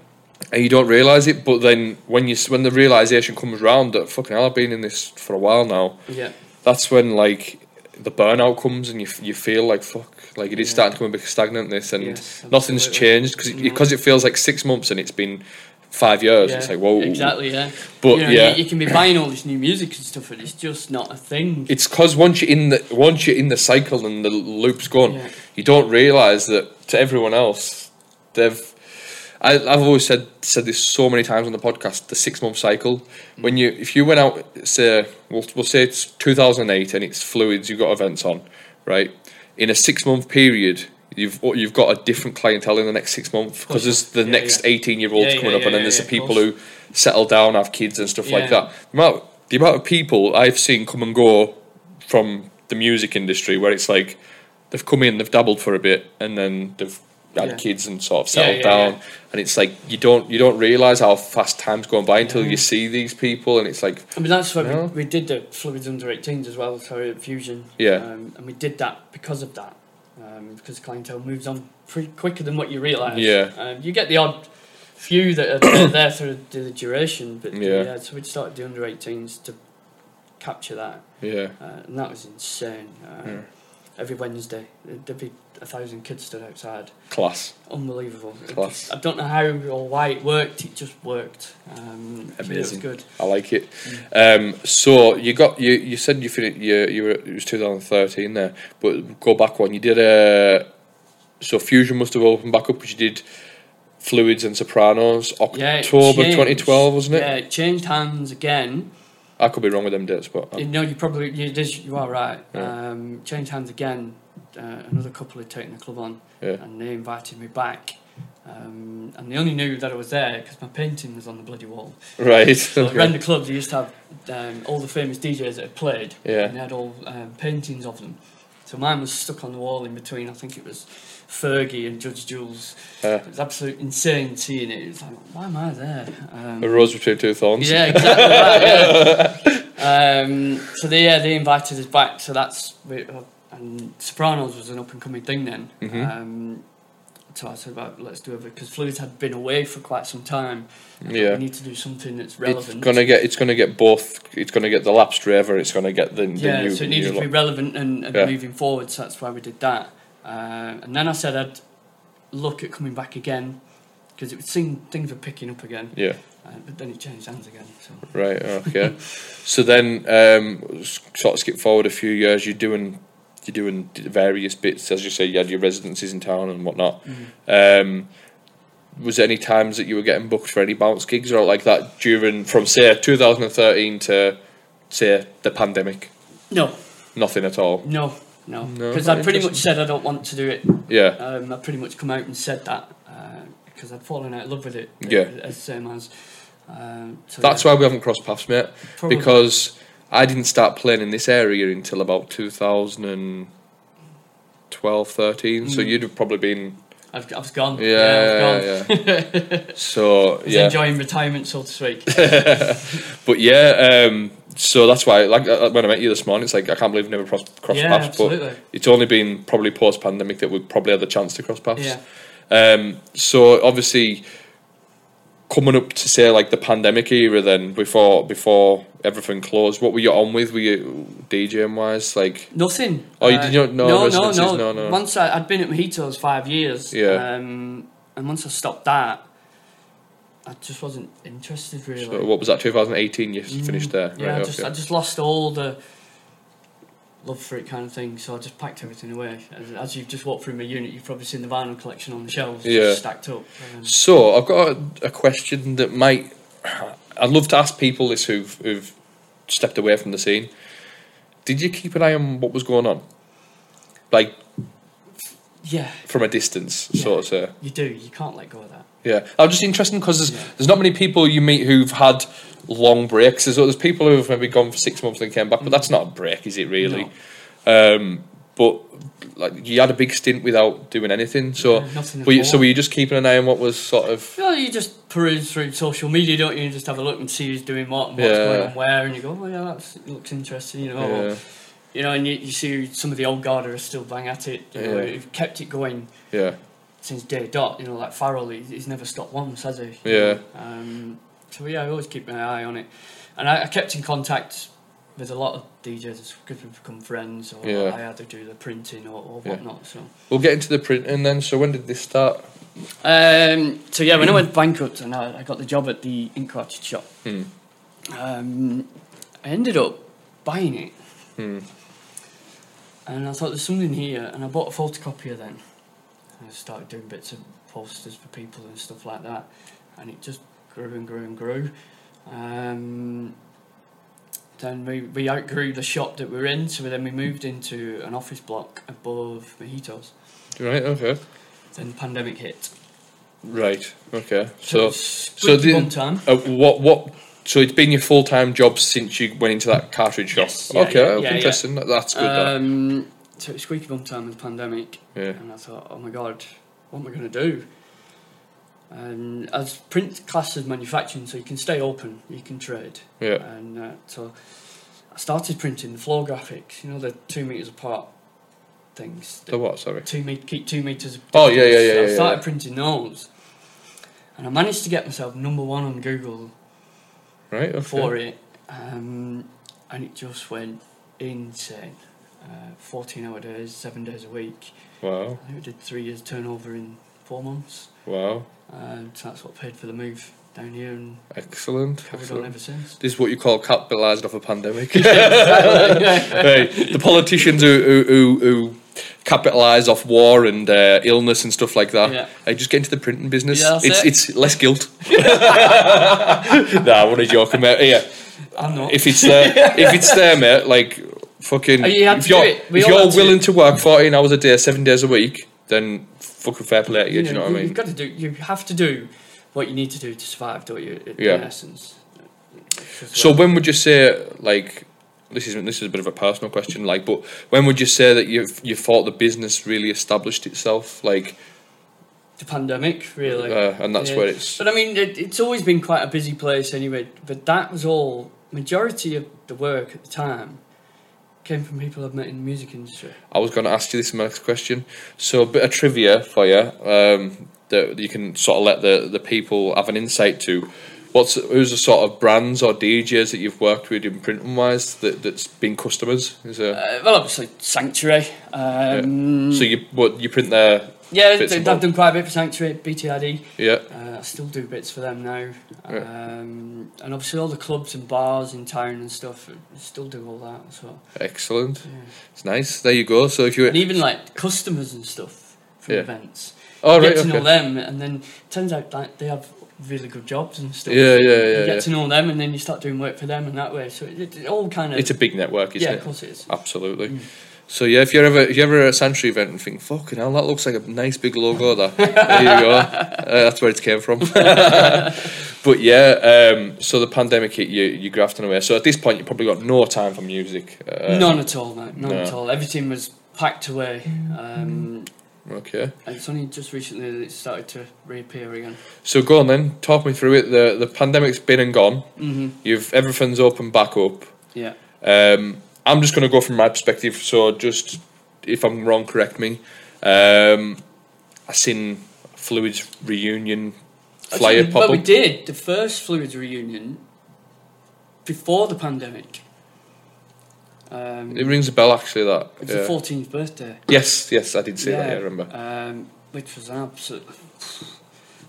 Speaker 4: and you don't realize it. But then when you s- when the realization comes round that fucking hell, I've been in this for a while now
Speaker 5: Yeah.
Speaker 4: that's when like the burnout comes and you f- you feel like fuck like it is
Speaker 5: Yeah.
Speaker 4: starting to become a bit stagnant this and
Speaker 5: Yes,
Speaker 4: nothing's
Speaker 5: absolutely. Mm.
Speaker 4: changed because it,
Speaker 5: No.
Speaker 4: 'cause it feels like six months and it's been five years it's
Speaker 5: Yeah,
Speaker 4: like whoa
Speaker 5: Exactly, yeah.
Speaker 4: But,
Speaker 5: you know,
Speaker 4: yeah.
Speaker 5: you, you can be buying all this new music and stuff, and it's just not a thing.
Speaker 4: Mm. it's because once you're in the once you're in the cycle and the loop's gone
Speaker 5: Yeah.
Speaker 4: you don't realize that to everyone else they've I, I've always said said this so many times on the podcast. The six month cycle,
Speaker 5: Mm.
Speaker 4: when you if you went out, say we'll, we'll say it's 2008 and it's fluids, you've got events on, right? In a six month period, you've you've got a different clientele in the next six months because there's the
Speaker 5: Yeah,
Speaker 4: next
Speaker 5: yeah.
Speaker 4: 18 year olds
Speaker 5: Yeah, yeah,
Speaker 4: coming up,
Speaker 5: yeah,
Speaker 4: and then
Speaker 5: yeah,
Speaker 4: there's the
Speaker 5: yeah, of
Speaker 4: people
Speaker 5: course.
Speaker 4: who settle down, have kids and stuff like
Speaker 5: Yeah.
Speaker 4: that. The amount, the amount of people I've seen come and go from the music industry, where it's like they've come in, they've dabbled for a bit, and then they've had
Speaker 5: Yeah.
Speaker 4: kids and sort of
Speaker 5: Yeah,
Speaker 4: settled
Speaker 5: yeah,
Speaker 4: down.
Speaker 5: yeah.
Speaker 4: And it's like you don't you don't realize how fast time's going by until you see these people, and it's like
Speaker 5: I mean, that's what
Speaker 4: No.
Speaker 5: we, we did the Fluids Under 18s as well, sorry, at Fusion.
Speaker 4: Yeah.
Speaker 5: Um, and we did that because of that, um, because clientele moves on pretty quicker than what you realise.
Speaker 4: Yeah.
Speaker 5: Um, you get the odd few that are there for the duration, but
Speaker 4: Yeah.
Speaker 5: yeah, so we started the Under 18s to capture that,
Speaker 4: yeah,
Speaker 5: uh, and that was insane. Um,
Speaker 4: Yeah.
Speaker 5: Every Wednesday, there'd be a thousand kids stood outside.
Speaker 4: class.
Speaker 5: Unbelievable. It
Speaker 4: Class.
Speaker 5: just- I don't know how or why it worked, it just worked. Um, so It was
Speaker 4: Amazing.
Speaker 5: good.
Speaker 4: I like it. Um, so you got you you said you finished you you were it was 2013 there, but go back one. You did a so fusion must have opened back up because you did fluids and sopranos
Speaker 5: Yeah, it
Speaker 4: October
Speaker 5: changed.
Speaker 4: 2012 wasn't it?
Speaker 5: Yeah, it changed hands again.
Speaker 4: I could be wrong with them dates, but um,
Speaker 5: You know, you probably you did. You are right.
Speaker 4: Yeah.
Speaker 5: Um, changed hands again. Uh, another couple had taken the club on,
Speaker 4: Yeah.
Speaker 5: and they invited me back. Um, and they only knew that I was there because my painting was on the bloody wall.
Speaker 4: right.
Speaker 5: So
Speaker 4: okay.
Speaker 5: around the club, they used to have um, all the famous DJs that had played,
Speaker 4: Yeah.
Speaker 5: and they had all um, paintings of them. So mine was stuck on the wall in between. I think it was Fergie and Judge Jules.
Speaker 4: Uh,
Speaker 5: It was absolutely insane seeing it. It was like, why am I there? Um,
Speaker 4: a rose between two thorns.
Speaker 5: yeah, exactly. right, yeah. Um, so they yeah, they invited us back. So that's we- and Sopranos was an up and coming thing then.
Speaker 4: Mhm.
Speaker 5: Um, so I said, well, let's do it because Fluids had been away for quite some time. I thought,
Speaker 4: Yeah.
Speaker 5: we need to do something that's
Speaker 4: It's
Speaker 5: relevant.
Speaker 4: gonna get. It's gonna get both. It's gonna get the lapsed raver. It's gonna get the, the
Speaker 5: yeah,
Speaker 4: new.
Speaker 5: so it
Speaker 4: new
Speaker 5: needed to be
Speaker 4: lot.
Speaker 5: relevant and, and
Speaker 4: Yeah.
Speaker 5: moving forward. So that's why we did that. Um and then I said I'd look at coming back again because it would seem things were picking up again.
Speaker 4: yeah.
Speaker 5: Uh, but then it changed hands again. So.
Speaker 4: Right. Okay. so then, um, s- sort of skip forward a few years. You're doing. you're doing d- various bits, as you say, you had your residencies in town and whatnot. Um, was there any times that you were getting booked for any bounce gigs or like that during from say 2013 to say the pandemic?
Speaker 5: No,
Speaker 4: Nothing at all.
Speaker 5: no, no.
Speaker 4: No,
Speaker 5: Because I
Speaker 4: not
Speaker 5: pretty much
Speaker 4: interesting.
Speaker 5: said I don't want to do it.
Speaker 4: Yeah,
Speaker 5: Um, I pretty much come out and said that because I'd fallen out of love with it. uh,
Speaker 4: Yeah.
Speaker 5: As same as. Um, so
Speaker 4: that's
Speaker 5: yeah,
Speaker 4: why we haven't crossed paths, mate.
Speaker 5: probably-
Speaker 4: Because I didn't start playing in this area until about 2012, 13. So you'd have probably been
Speaker 5: I've, I was gone.
Speaker 4: yeah,
Speaker 5: I've gone.
Speaker 4: yeah. yeah. so
Speaker 5: I was
Speaker 4: yeah,
Speaker 5: enjoying retirement, so to speak.
Speaker 4: but yeah, um, so that's why like uh, when I met you this morning, it's like I can't believe we never cross, crossed
Speaker 5: Yeah,
Speaker 4: paths.
Speaker 5: absolutely.
Speaker 4: But it's only been probably post pandemic that we probably had the chance to cross paths.
Speaker 5: yeah.
Speaker 4: Um, so obviously, coming up to say like the pandemic era, then before before everything closed, what were you on with? Were you DJing wise? Like
Speaker 5: Nothing. Uh,
Speaker 4: Oh, you did not- no
Speaker 5: no, no,
Speaker 4: residencies,
Speaker 5: no,
Speaker 4: no, no.
Speaker 5: Once I, I'd been at Mojitos five years.
Speaker 4: Yeah.
Speaker 5: Um, and once I stopped that, I just wasn't interested really. Mm,
Speaker 4: so what was that? 2018. You finished there.
Speaker 5: yeah, I
Speaker 4: right,
Speaker 5: just
Speaker 4: okay.
Speaker 5: I just lost all the love for it kind of thing. So I just packed everything away. As, as you've just walked through my unit, you've probably seen the vinyl collection on the shelves just
Speaker 4: Yeah.
Speaker 5: stacked up. Um,
Speaker 4: So I've got a, a question that might. I'd love to ask people this who've who've stepped away from the scene. Did you keep an eye on what was going on, like
Speaker 5: yeah,
Speaker 4: from a distance,
Speaker 5: Yeah.
Speaker 4: sort of? Say?
Speaker 5: you do. You can't let go of that.
Speaker 4: Yeah, I'm just interested because there's,
Speaker 5: Yeah.
Speaker 4: there's not many people you meet who've had long breaks. There's, there's people who've maybe gone for six months and came back, but
Speaker 5: Mm.
Speaker 4: that's not a break, is it really? Um, but like you had a big stint without doing anything, so
Speaker 5: Yeah, nothing at
Speaker 4: were you, so
Speaker 5: all.
Speaker 4: were you just keeping an eye on what was sort of
Speaker 5: Well, you just peruse through social media, don't you? And just have a look and see who's doing what and what's
Speaker 4: Yeah.
Speaker 5: going on where, and you go, well, yeah, that looks interesting, you know. or-
Speaker 4: Yeah.
Speaker 5: you know, and you, you see some of the old guard are still bang at it. You know,
Speaker 4: Yeah.
Speaker 5: who've kept it going
Speaker 4: yeah?
Speaker 5: since day dot. You know, like Farrell, he, he's never stopped once, has he?
Speaker 4: Yeah.
Speaker 5: Um, so yeah, I always keep my eye on it, and I, I kept in contact with a lot of DJs because we've become friends, or
Speaker 4: Yeah.
Speaker 5: I had to do the printing or, or
Speaker 4: Yeah.
Speaker 5: whatnot. So.
Speaker 4: We'll get into the printing then. So when did this start?
Speaker 5: Um, so yeah, when I went bankrupt and I, I got the job at the ink cartridge shop, um, I ended up buying it. And I thought there's something here, and I bought a photocopier then. And I started doing bits of posters for people and stuff like that, and it just grew and grew and grew. Um, then we, we outgrew the shop that we were in, so then we moved into an office block above Mojitos.
Speaker 4: Right. Okay.
Speaker 5: Then the pandemic hit.
Speaker 4: Right. Okay. So
Speaker 5: So, so,
Speaker 4: so
Speaker 5: the,
Speaker 4: the-
Speaker 5: one time.
Speaker 4: uh, what what? So it's been your full time job since you went into that cartridge shop.
Speaker 5: Yes, yeah,
Speaker 4: okay.
Speaker 5: yeah, yeah, yeah.
Speaker 4: interesting. That, that's good. that.
Speaker 5: Um, so it was squeaky bum time with the pandemic,
Speaker 4: Yeah.
Speaker 5: and I thought, oh my god, what am I going to do? And as print classes manufacturing, so you can stay open, you can trade,
Speaker 4: Yeah.
Speaker 5: and uh, so I started printing the floor graphics. You know the two meters apart things.
Speaker 4: The what? Sorry.
Speaker 5: two me- keep two meters.
Speaker 4: Oh, yeah, yeah, yeah,
Speaker 5: So I
Speaker 4: yeah,
Speaker 5: started
Speaker 4: yeah.
Speaker 5: printing those, and I managed to get myself number one on Google
Speaker 4: Right. Okay.
Speaker 5: for it, um, and it just went insane. Uh, 14 hour days, seven days a week.
Speaker 4: Wow.
Speaker 5: I think we did three years turnover in four months.
Speaker 4: Wow.
Speaker 5: Um, so that's what paid for the move down here and
Speaker 4: Excellent.
Speaker 5: carried on
Speaker 4: Excellent.
Speaker 5: ever since.
Speaker 4: This is what you call capitalised off a pandemic. Right, Uh, The politicians who who, who, who capitalise off war and uh, illness and stuff like that.
Speaker 5: Yeah.
Speaker 4: I just get into the printing business.
Speaker 5: Yeah, that's
Speaker 4: it's
Speaker 5: it.
Speaker 4: it's less guilt. nah, what a joke about yeah.
Speaker 5: I'm not.
Speaker 4: If it's there, if it's there, mate, like fucking.
Speaker 5: Oh, you had
Speaker 4: if
Speaker 5: to do
Speaker 4: you're,
Speaker 5: it. We
Speaker 4: if
Speaker 5: all
Speaker 4: you're
Speaker 5: had to.
Speaker 4: willing to. work fourteen hours a day, seven days a week, then fucking fair play to you. do you know what I
Speaker 5: have
Speaker 4: mean?
Speaker 5: got to do. You have to do what you need to do to survive, don't you? In
Speaker 4: Yeah.
Speaker 5: essence.
Speaker 4: So when would you say like this is this is a bit of a personal question like but when would you say that you you thought the business really established itself like
Speaker 5: the pandemic, really.
Speaker 4: Uh, and that's where it's-
Speaker 5: But I mean, it, it's always been quite a busy place anyway. But that was all. Majority of the work at the time came from people I've met in the music industry.
Speaker 4: I was going to ask you this next question so a bit of trivia for you um, that you can sort of let the the people have an insight to what's who's the sort of brands or DJs that you've worked with in printing wise that that's been customers is there
Speaker 5: Uh, well, obviously Sanctuary. Um,
Speaker 4: so you what you print their
Speaker 5: Yeah,
Speaker 4: Bits
Speaker 5: they,
Speaker 4: and
Speaker 5: I've
Speaker 4: bobs.
Speaker 5: done quite a bit for Sanctuary, BTID.
Speaker 4: Yeah.
Speaker 5: Uh, I still do bits for them now.
Speaker 4: Right.
Speaker 5: Um, and obviously all the clubs and bars in town and stuff, I still do all that as well.
Speaker 4: Excellent. It's nice. There you go. So if you
Speaker 5: And even like customers and stuff from
Speaker 4: Yeah.
Speaker 5: events.
Speaker 4: oh
Speaker 5: You
Speaker 4: right
Speaker 5: get to know
Speaker 4: okay
Speaker 5: them and then turns out like they have really good jobs and stuff.
Speaker 4: yeah yeah yeah,
Speaker 5: you get
Speaker 4: yeah.
Speaker 5: to know them and then you start doing work for them and that way. So it, it all kind of
Speaker 4: It's a big network, isn't
Speaker 5: yeah,
Speaker 4: it?
Speaker 5: of course it is.
Speaker 4: Absolutely. So yeah, if you're ever if you're ever at a Sanctuary event and think, fucking hell, that looks like a nice big logo. That there you go. Uh, that's where it came from. but yeah, um, so the pandemic hit you, you grafting away. So at this point, you probably got no time for music. Uh,
Speaker 5: None at all, mate. None
Speaker 4: no.
Speaker 5: at all. Everything was packed away. Um,
Speaker 4: Okay.
Speaker 5: and it's only just recently that it started to reappear again.
Speaker 4: So go on then. Talk me through it. The the pandemic's been and gone.
Speaker 5: Mm-hmm.
Speaker 4: You've everything's opened back up.
Speaker 5: Yeah.
Speaker 4: Um, I'm just going to go from my perspective. So, just if I'm wrong, correct me. Um, I seen Fluids reunion flyer
Speaker 5: Actually,
Speaker 4: pop
Speaker 5: Well, we
Speaker 4: up.
Speaker 5: did the first Fluids reunion before the pandemic. Um,
Speaker 4: It rings a bell, actually. That
Speaker 5: it was
Speaker 4: yeah.
Speaker 5: the 14th birthday.
Speaker 4: yes, yes, I did see that. Yeah, I remember.
Speaker 5: Um, which was an absolute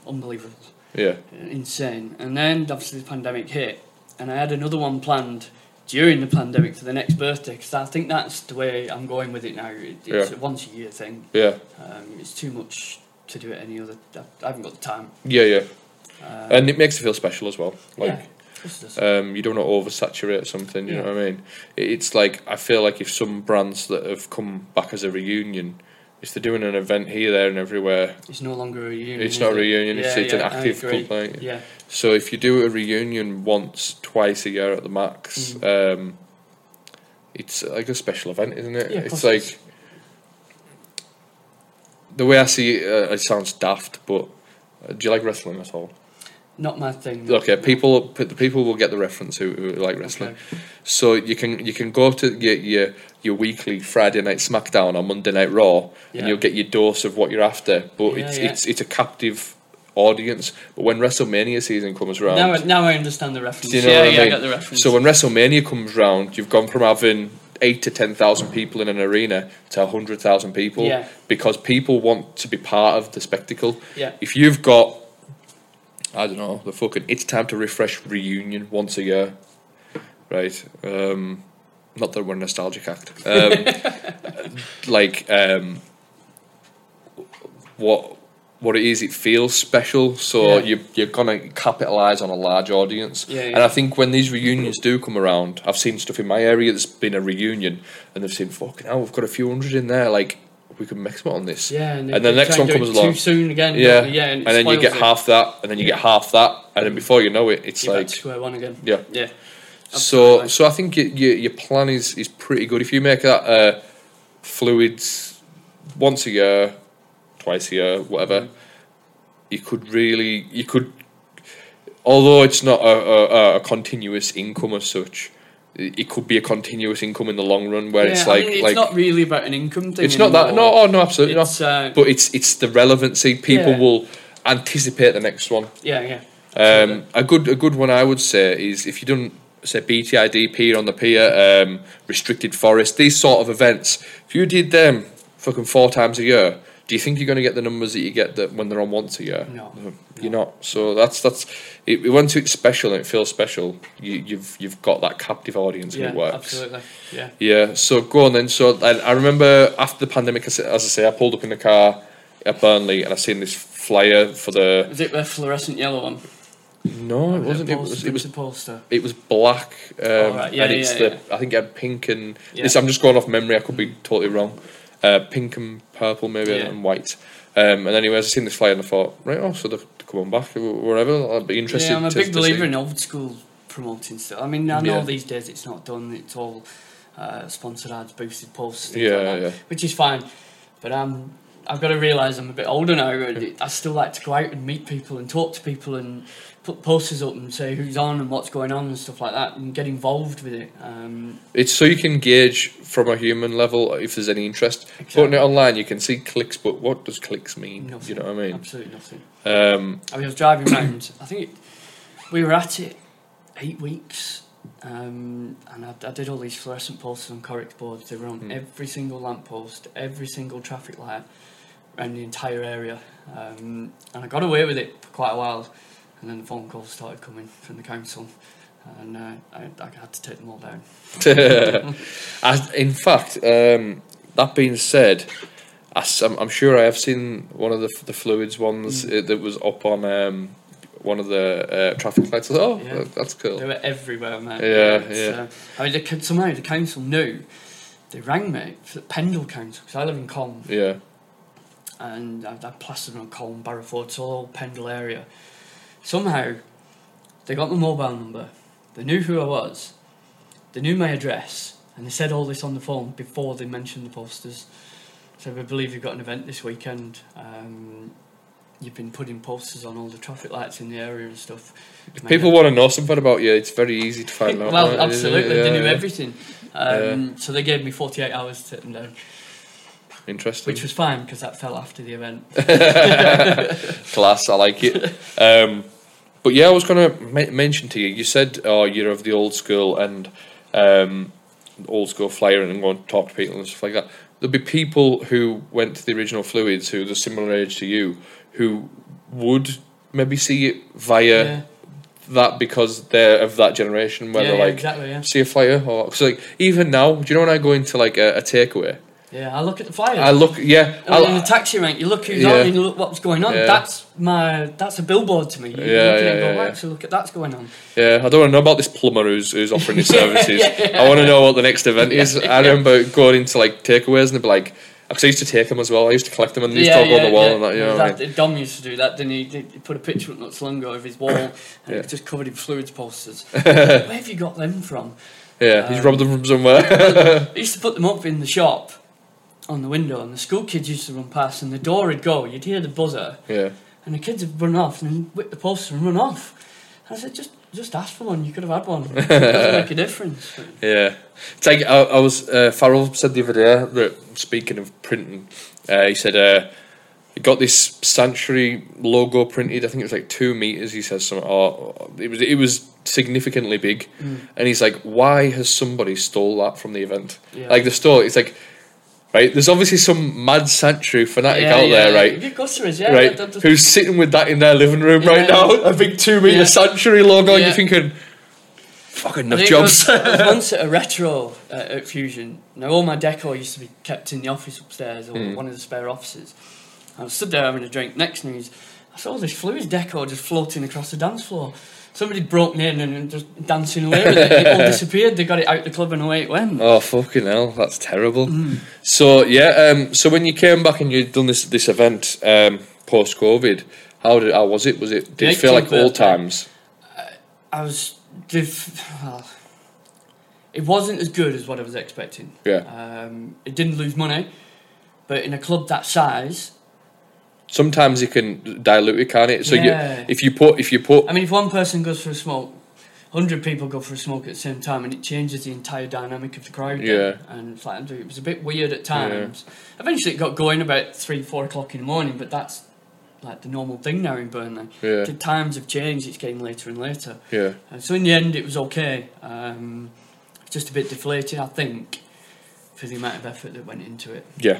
Speaker 5: unbelievable, Uh,
Speaker 4: yeah,
Speaker 5: insane. And then obviously the pandemic hit, and I had another one planned during the pandemic for the next birthday because I think that's the way I'm going with it now. It, it's
Speaker 4: Yeah.
Speaker 5: a once a year thing.
Speaker 4: yeah,
Speaker 5: Um, it's too much to do it any other. I haven't got the time.
Speaker 4: yeah, yeah.
Speaker 5: Um,
Speaker 4: And it makes you feel special as well. Like
Speaker 5: yeah, of course it does.
Speaker 4: Um, you don't want to oversaturate something. You know
Speaker 5: Yeah.
Speaker 4: what I mean? It- It's like I feel like if some brands that have come back as a reunion, if they're doing an event here, there, and everywhere,
Speaker 5: It's no longer a reunion.
Speaker 4: It's
Speaker 5: is
Speaker 4: not a
Speaker 5: it?
Speaker 4: reunion, it's- it's an
Speaker 5: I
Speaker 4: active
Speaker 5: agree.
Speaker 4: complaint.
Speaker 5: Yeah,
Speaker 4: So if you do a reunion once, twice a year at the max,
Speaker 5: Mm.
Speaker 4: um, it's like a special event, isn't it?
Speaker 5: Yeah, of
Speaker 4: it's
Speaker 5: course it is.
Speaker 4: like the way I see it. Uh, it sounds daft, but uh, do you like wrestling at all?
Speaker 5: not my thing.
Speaker 4: Okay, people, p- the people will get the reference who, who like wrestling. So you can you can go to your your, your weekly Friday night SmackDown or Monday night Raw,
Speaker 5: Yeah.
Speaker 4: and you'll get your dose of what you're after. But
Speaker 5: Yeah,
Speaker 4: it's
Speaker 5: yeah.
Speaker 4: it's it's a captive audience. But when WrestleMania season comes around,
Speaker 5: Now, I- now I understand the reference.
Speaker 4: do you know
Speaker 5: yeah,
Speaker 4: what I
Speaker 5: yeah,
Speaker 4: mean?
Speaker 5: I got the reference.
Speaker 4: So when WrestleMania comes round, you've gone from having eight to ten thousand people in an arena to hundred thousand people
Speaker 5: Yeah.
Speaker 4: because people want to be part of the spectacle.
Speaker 5: Yeah.
Speaker 4: If you've got, I don't know, the fucking it's time to refresh reunion once a year, right? Um, not that we're a nostalgic act. Um, like um, what what it is, it feels special. So
Speaker 5: Yeah.
Speaker 4: you you're gonna capitalize on a large audience.
Speaker 5: Yeah,
Speaker 4: And
Speaker 5: yeah.
Speaker 4: I think when these reunions do come around, I've seen stuff in my area that's been a reunion, and they've seen fucking hell, we've got a few hundred in there. Like we could make some on this.
Speaker 5: yeah, and,
Speaker 4: and, the
Speaker 5: they
Speaker 4: next
Speaker 5: try
Speaker 4: one
Speaker 5: and do
Speaker 4: comes
Speaker 5: it
Speaker 4: along.
Speaker 5: too soon again. don't
Speaker 4: Yeah,
Speaker 5: they? yeah,
Speaker 4: and,
Speaker 5: and, it
Speaker 4: then you
Speaker 5: spoils
Speaker 4: get
Speaker 5: it. Mm.
Speaker 4: half that, and then you get half that, and then before you know it, it's
Speaker 5: You're back
Speaker 4: like
Speaker 5: to square one again.
Speaker 4: yeah.
Speaker 5: Yeah,
Speaker 4: So
Speaker 5: Absolutely.
Speaker 4: so I think your your, your plan is is pretty good. If you make that uh, fluids once a year, twice a year, whatever,
Speaker 5: Mm-hmm.
Speaker 4: you could really you could. Although it's not a, a, a- a continuous income as such, i- it could be a continuous income in the long run. Where
Speaker 5: Yeah,
Speaker 4: it's like
Speaker 5: I mean, it's
Speaker 4: like
Speaker 5: not really about an income thing.
Speaker 4: it's not that
Speaker 5: anymore.
Speaker 4: no oh no absolutely not.
Speaker 5: It's, uh,
Speaker 4: but it's it's the relevancy. People
Speaker 5: Yeah.
Speaker 4: will anticipate the next one.
Speaker 5: yeah, yeah,
Speaker 4: Um, a good a good one I would say is if you don't say BTID pier on the pier, um, restricted forest, these sort of events. If you did them fucking four times a year, do you think you're going to get the numbers that you get that when they're on once a year?
Speaker 5: No.
Speaker 4: you're not. So that's that's it, it- once it's special and it feels special, you, you've you've got that captive audience
Speaker 5: yeah,
Speaker 4: and it works.
Speaker 5: absolutely, yeah.
Speaker 4: Yeah, so go on then. So I, I remember after the pandemic, as, as I say, I pulled up in the car at Burnley and I seen this flyer for the.
Speaker 5: Was it the fluorescent yellow one?
Speaker 4: No, it wasn't. It
Speaker 5: poster-
Speaker 4: was, it was
Speaker 5: a poster.
Speaker 4: it was black, um,
Speaker 5: Oh, right. Yeah,
Speaker 4: and it's
Speaker 5: yeah,
Speaker 4: the I think it had pink and
Speaker 5: Yeah.
Speaker 4: this. I'm just going off memory. I could be totally wrong. Uh, pink and purple, maybe,
Speaker 5: Yeah.
Speaker 4: and white. Um, and anyway, I seen this flyer and I thought, right, oh, so they're coming back, wh- whatever. I'd be interested.
Speaker 5: Yeah, I'm a
Speaker 4: to-
Speaker 5: big
Speaker 4: to
Speaker 5: believer
Speaker 4: see.
Speaker 5: in old school promoting stuff. I mean, I know
Speaker 4: Yeah.
Speaker 5: these days it's not done. It's all uh, sponsored ads, boosted posts, things
Speaker 4: Yeah,
Speaker 5: like that,
Speaker 4: yeah.
Speaker 5: which is fine. But I'm, I've got to realise I'm a bit older now. And I still like to go out and meet people and talk to people and put posters up and say who's on and what's going on and stuff like that and get involved with it. Um,
Speaker 4: It's so you can gauge from a human level if there's any interest. Putting
Speaker 5: Exactly.
Speaker 4: it online, you can see clicks, but what does clicks mean?
Speaker 5: nothing,
Speaker 4: You know what I mean?
Speaker 5: Absolutely nothing.
Speaker 4: Um,
Speaker 5: I mean, I was driving round. I think it, we were at it eight weeks, um, and I, I did all these
Speaker 4: Hmm.
Speaker 5: fluorescent posters on Corrix boards. They were on every single lamppost, every single traffic light, around the entire area, um, and I got away with it for quite a while. And then the phone calls started coming from the council, and uh, I, I had to take them all down.
Speaker 4: I, in fact, um, that being said, I, am I'm sure I have seen one of the, the fluids ones
Speaker 5: Mm.
Speaker 4: uh, that was up on um, one of the uh, traffic lights. I thought, Oh,
Speaker 5: Yeah.
Speaker 4: that- that's
Speaker 5: They
Speaker 4: cool.
Speaker 5: were everywhere, mate.
Speaker 4: Yeah,
Speaker 5: It's,
Speaker 4: yeah.
Speaker 5: uh, I mean, the, c- somehow the council knew. They rang me for Pendle Council because I live in Colne,
Speaker 4: Yeah,
Speaker 5: and I, I plastered on Colne, Barrowford, it's all Pendle area. Somehow, they got my mobile number. They knew who I was. They knew my address, and they said all this on the phone before they mentioned the posters. So we believe you've got an event this weekend. Um, you've been putting posters on all the traffic lights in the area and stuff.
Speaker 4: if people want to know something about you, it's very easy to find out.
Speaker 5: Well,
Speaker 4: right?
Speaker 5: absolutely.
Speaker 4: Yeah,
Speaker 5: they knew
Speaker 4: yeah.
Speaker 5: everything. Um, So they gave me 48 hours to take them down,
Speaker 4: Interesting.
Speaker 5: which was fine because that fell after the event.
Speaker 4: Class, I like it. Um, but yeah, I was going to m- mention to you. You said, "Oh, you're of the old school and um, old school flyer, and go and talk to people and stuff like that." There'll be people who went to the original fluids who are the similar age to you, who would maybe see it via
Speaker 5: Yeah.
Speaker 4: that because they're of that generation where
Speaker 5: Yeah,
Speaker 4: they're
Speaker 5: yeah,
Speaker 4: like,
Speaker 5: exactly, yeah.
Speaker 4: "See a flyer," or because like even now, do you know when I go into like a, a takeaway,
Speaker 5: Yeah, I look at the flyers.
Speaker 4: I look, yeah,
Speaker 5: I mean, in
Speaker 4: I'll-
Speaker 5: Oh, the taxi rank, you look who's
Speaker 4: Yeah.
Speaker 5: on and you look what's going on.
Speaker 4: Yeah.
Speaker 5: That's my that's a billboard to me. You look
Speaker 4: Yeah,
Speaker 5: at it and
Speaker 4: yeah,
Speaker 5: go,
Speaker 4: yeah,
Speaker 5: "Wow,
Speaker 4: yeah.
Speaker 5: so look at that's going on.
Speaker 4: Yeah, I don't want to know about this plumber who's, who's offering his services. I want to know what the next event is. I remember going into like takeaways and they'd be like, because I used to take them as well. I used to collect them and they used to go on the wall and that. You know what I mean?
Speaker 5: That- Dom used to do that, didn't he? He put a picture up not so long ago of his wall and it
Speaker 4: Yeah.
Speaker 5: was just covered in fluids posters. Where have you got them from?
Speaker 4: Yeah, he's robbed them from somewhere.
Speaker 5: I used to put them up in the shop on the window, and the school kids used to run past, and the door would go. You'd hear the buzzer,
Speaker 4: yeah,
Speaker 5: and the kids would run off and then whip the poster and run off. I said, just just ask for one. You could have had one. It doesn't make a difference.
Speaker 4: yeah. It's like I, I was uh, Farrell said the other day that speaking of printing, uh, he said uh, he got this sanctuary logo printed. I think it was like two meters. He says something. Or, or- it was it was significantly big,
Speaker 5: Mm.
Speaker 4: and he's like, why has somebody stole that from the event?
Speaker 5: Yeah.
Speaker 4: Like the store, it's like. Right, there's obviously some mad sanctuary fanatic
Speaker 5: Yeah,
Speaker 4: out
Speaker 5: yeah,
Speaker 4: there,
Speaker 5: yeah.
Speaker 4: right?
Speaker 5: Good customers, yeah.
Speaker 4: right?
Speaker 5: that- that-
Speaker 4: Who's sitting with that in their living room right
Speaker 5: Yeah.
Speaker 4: now? A big two meter
Speaker 5: Yeah.
Speaker 4: sanctuary logo, and
Speaker 5: Yeah.
Speaker 4: you're thinking, fucking
Speaker 5: I
Speaker 4: nut
Speaker 5: think
Speaker 4: jobs.
Speaker 5: I was- I was once at a retro uh, at Fusion. Now all my decor used to be kept in the office upstairs or
Speaker 4: Hmm.
Speaker 5: one of the spare offices. I was stood there having a drink. Next news, I saw all this fluid decor just floating across the dance floor. Somebody broke in and just dancing away with it. It all disappeared. They got it out the club and away it went.
Speaker 4: Oh fucking hell, that's terrible.
Speaker 5: Mm.
Speaker 4: So yeah, um, so when you came back and you'd done this this event um, post COVID, how did how was it? Was it did it
Speaker 5: The
Speaker 4: feel like
Speaker 5: 18th
Speaker 4: old
Speaker 5: birthday.
Speaker 4: times?
Speaker 5: I was. Diff- well, it wasn't as good as what I was expecting.
Speaker 4: Yeah.
Speaker 5: Um, it didn't lose money, but in a club that size,
Speaker 4: Sometimes you can dilute it, can't it? So
Speaker 5: Yeah.
Speaker 4: you if you put if you put
Speaker 5: I mean, if one person goes for a smoke, hundred people go for a smoke at the same time, and it changes the entire dynamic of the crowd. then.
Speaker 4: Yeah.
Speaker 5: and it's like, it was a bit weird at times. Eventually, it got going about three, four o'clock in the morning, but that's like the normal thing now in Burnley.
Speaker 4: Yeah.
Speaker 5: The times have changed; it's getting later and later.
Speaker 4: yeah
Speaker 5: And so in the end, it was okay. Um, just a bit deflated, I think, for the amount of effort that went into it.
Speaker 4: yeah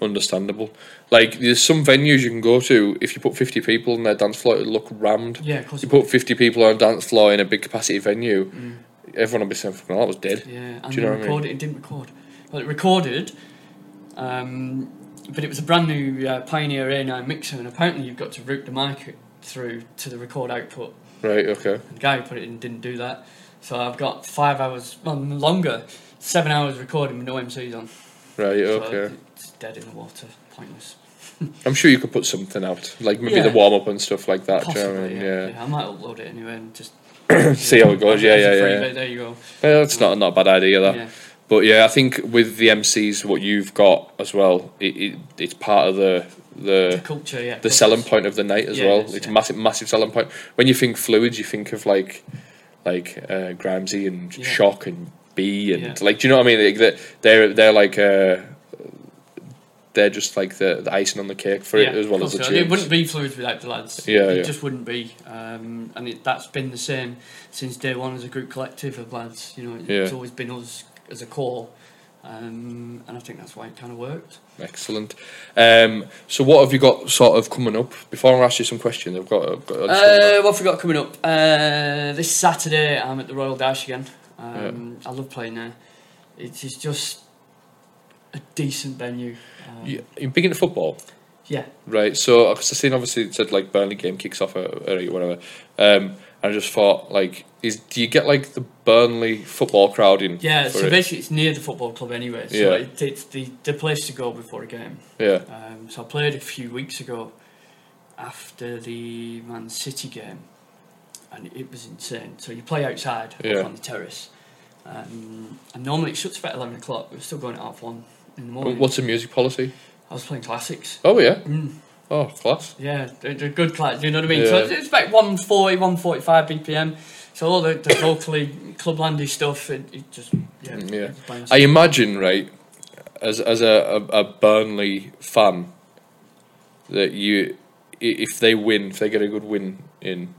Speaker 4: understandable. Like there's some venues you can go to if you put 50 people on their dance floor, it'll look rammed.
Speaker 5: Yeah, of course.
Speaker 4: You put 50 people on a dance floor in a big capacity venue,
Speaker 5: Mm.
Speaker 4: everyone will be saying, "Fucking hell, that was dead."
Speaker 5: Yeah, and
Speaker 4: Do you know
Speaker 5: it
Speaker 4: what I mean?
Speaker 5: recorded. It didn't record. Well, it recorded, um, but it was a brand new uh, Pioneer A9 mixer, and apparently you've got to route the mic through to the record output.
Speaker 4: Right? Okay.
Speaker 5: And the guy who put it in didn't do that, so I've got five hours, well, longer, seven hours recording with no MCs on.
Speaker 4: Right.
Speaker 5: So
Speaker 4: Okay.
Speaker 5: it's dead in the water. Pointless.
Speaker 4: I'm sure you could put something out, like maybe the
Speaker 5: Yeah.
Speaker 4: warm up and stuff like that. do you know what I
Speaker 5: Possibly,
Speaker 4: mean?
Speaker 5: yeah,
Speaker 4: Yeah.
Speaker 5: yeah. I might upload it anyway and just
Speaker 4: See how it goes. Yeah,
Speaker 5: as a
Speaker 4: yeah, yeah.
Speaker 5: freebie, There you go.
Speaker 4: Yeah, That's not not a bad idea. That.
Speaker 5: Yeah.
Speaker 4: But yeah, I think with the MCs, what you've got as well, it, it it's part of the
Speaker 5: The
Speaker 4: the
Speaker 5: culture, yeah.
Speaker 4: the selling point of the night as
Speaker 5: Yeah,
Speaker 4: well.
Speaker 5: it is,
Speaker 4: it's a
Speaker 5: yeah.
Speaker 4: massive massive selling point. When you think fluids, you think of like like uh, Gramsci and
Speaker 5: Yeah.
Speaker 4: Shock and B and
Speaker 5: Yeah.
Speaker 4: like, do you know what I mean? Like they're- they're they're like. Uh, they're just like the, the icing on the cake for it as well as the
Speaker 5: culture.
Speaker 4: tunes.
Speaker 5: It wouldn't be fluids without the lads.
Speaker 4: Yeah,
Speaker 5: it
Speaker 4: yeah.
Speaker 5: just wouldn't be. Um, and it, that's been the same since day one as a group collective of lads. You know, it-
Speaker 4: Yeah.
Speaker 5: it's always been us as a core. Um, and I think that's why it kind of worked.
Speaker 4: Excellent. Um, so what have you got sort of coming up? Before I ask you some questions, I've got. I've got, I've just got
Speaker 5: Uh, what have we got coming up? Uh, this Saturday, I'm at the Royal Dash again. Um, I love playing there. It is just a decent venue. Um,
Speaker 4: you, you're big into football,
Speaker 5: yeah.
Speaker 4: right? So because I seen obviously it said like Burnley game kicks off or, or whatever. Um, and I just thought like, is do you get like the Burnley football crowd in?
Speaker 5: Yeah,
Speaker 4: for
Speaker 5: so
Speaker 4: it?
Speaker 5: basically it's near the football club anyway, so
Speaker 4: Yeah.
Speaker 5: it, it's the, the place to go before a game.
Speaker 4: yeah,
Speaker 5: Um, so I played a few weeks ago after the Man City game, and it was insane. So you play outside up
Speaker 4: Yeah.
Speaker 5: on the terrace, um, and normally it shuts about eleven o'clock. We're still going at half one in the
Speaker 4: But
Speaker 5: morning.
Speaker 4: what's the music policy?
Speaker 5: I was playing classics.
Speaker 4: Oh yeah,
Speaker 5: Mm.
Speaker 4: oh class.
Speaker 5: Yeah, they're, they're good class. Do you know what I mean? So
Speaker 4: Yeah.
Speaker 5: it's, it's about 140, 145 BPM. So all the, the vocally clublandy stuff, it, it just yeah.
Speaker 4: Mm, yeah.
Speaker 5: it's bouncy.
Speaker 4: I imagine, right, as as a, a, a Burnley fan, that you i- if they win, if they get a good win in,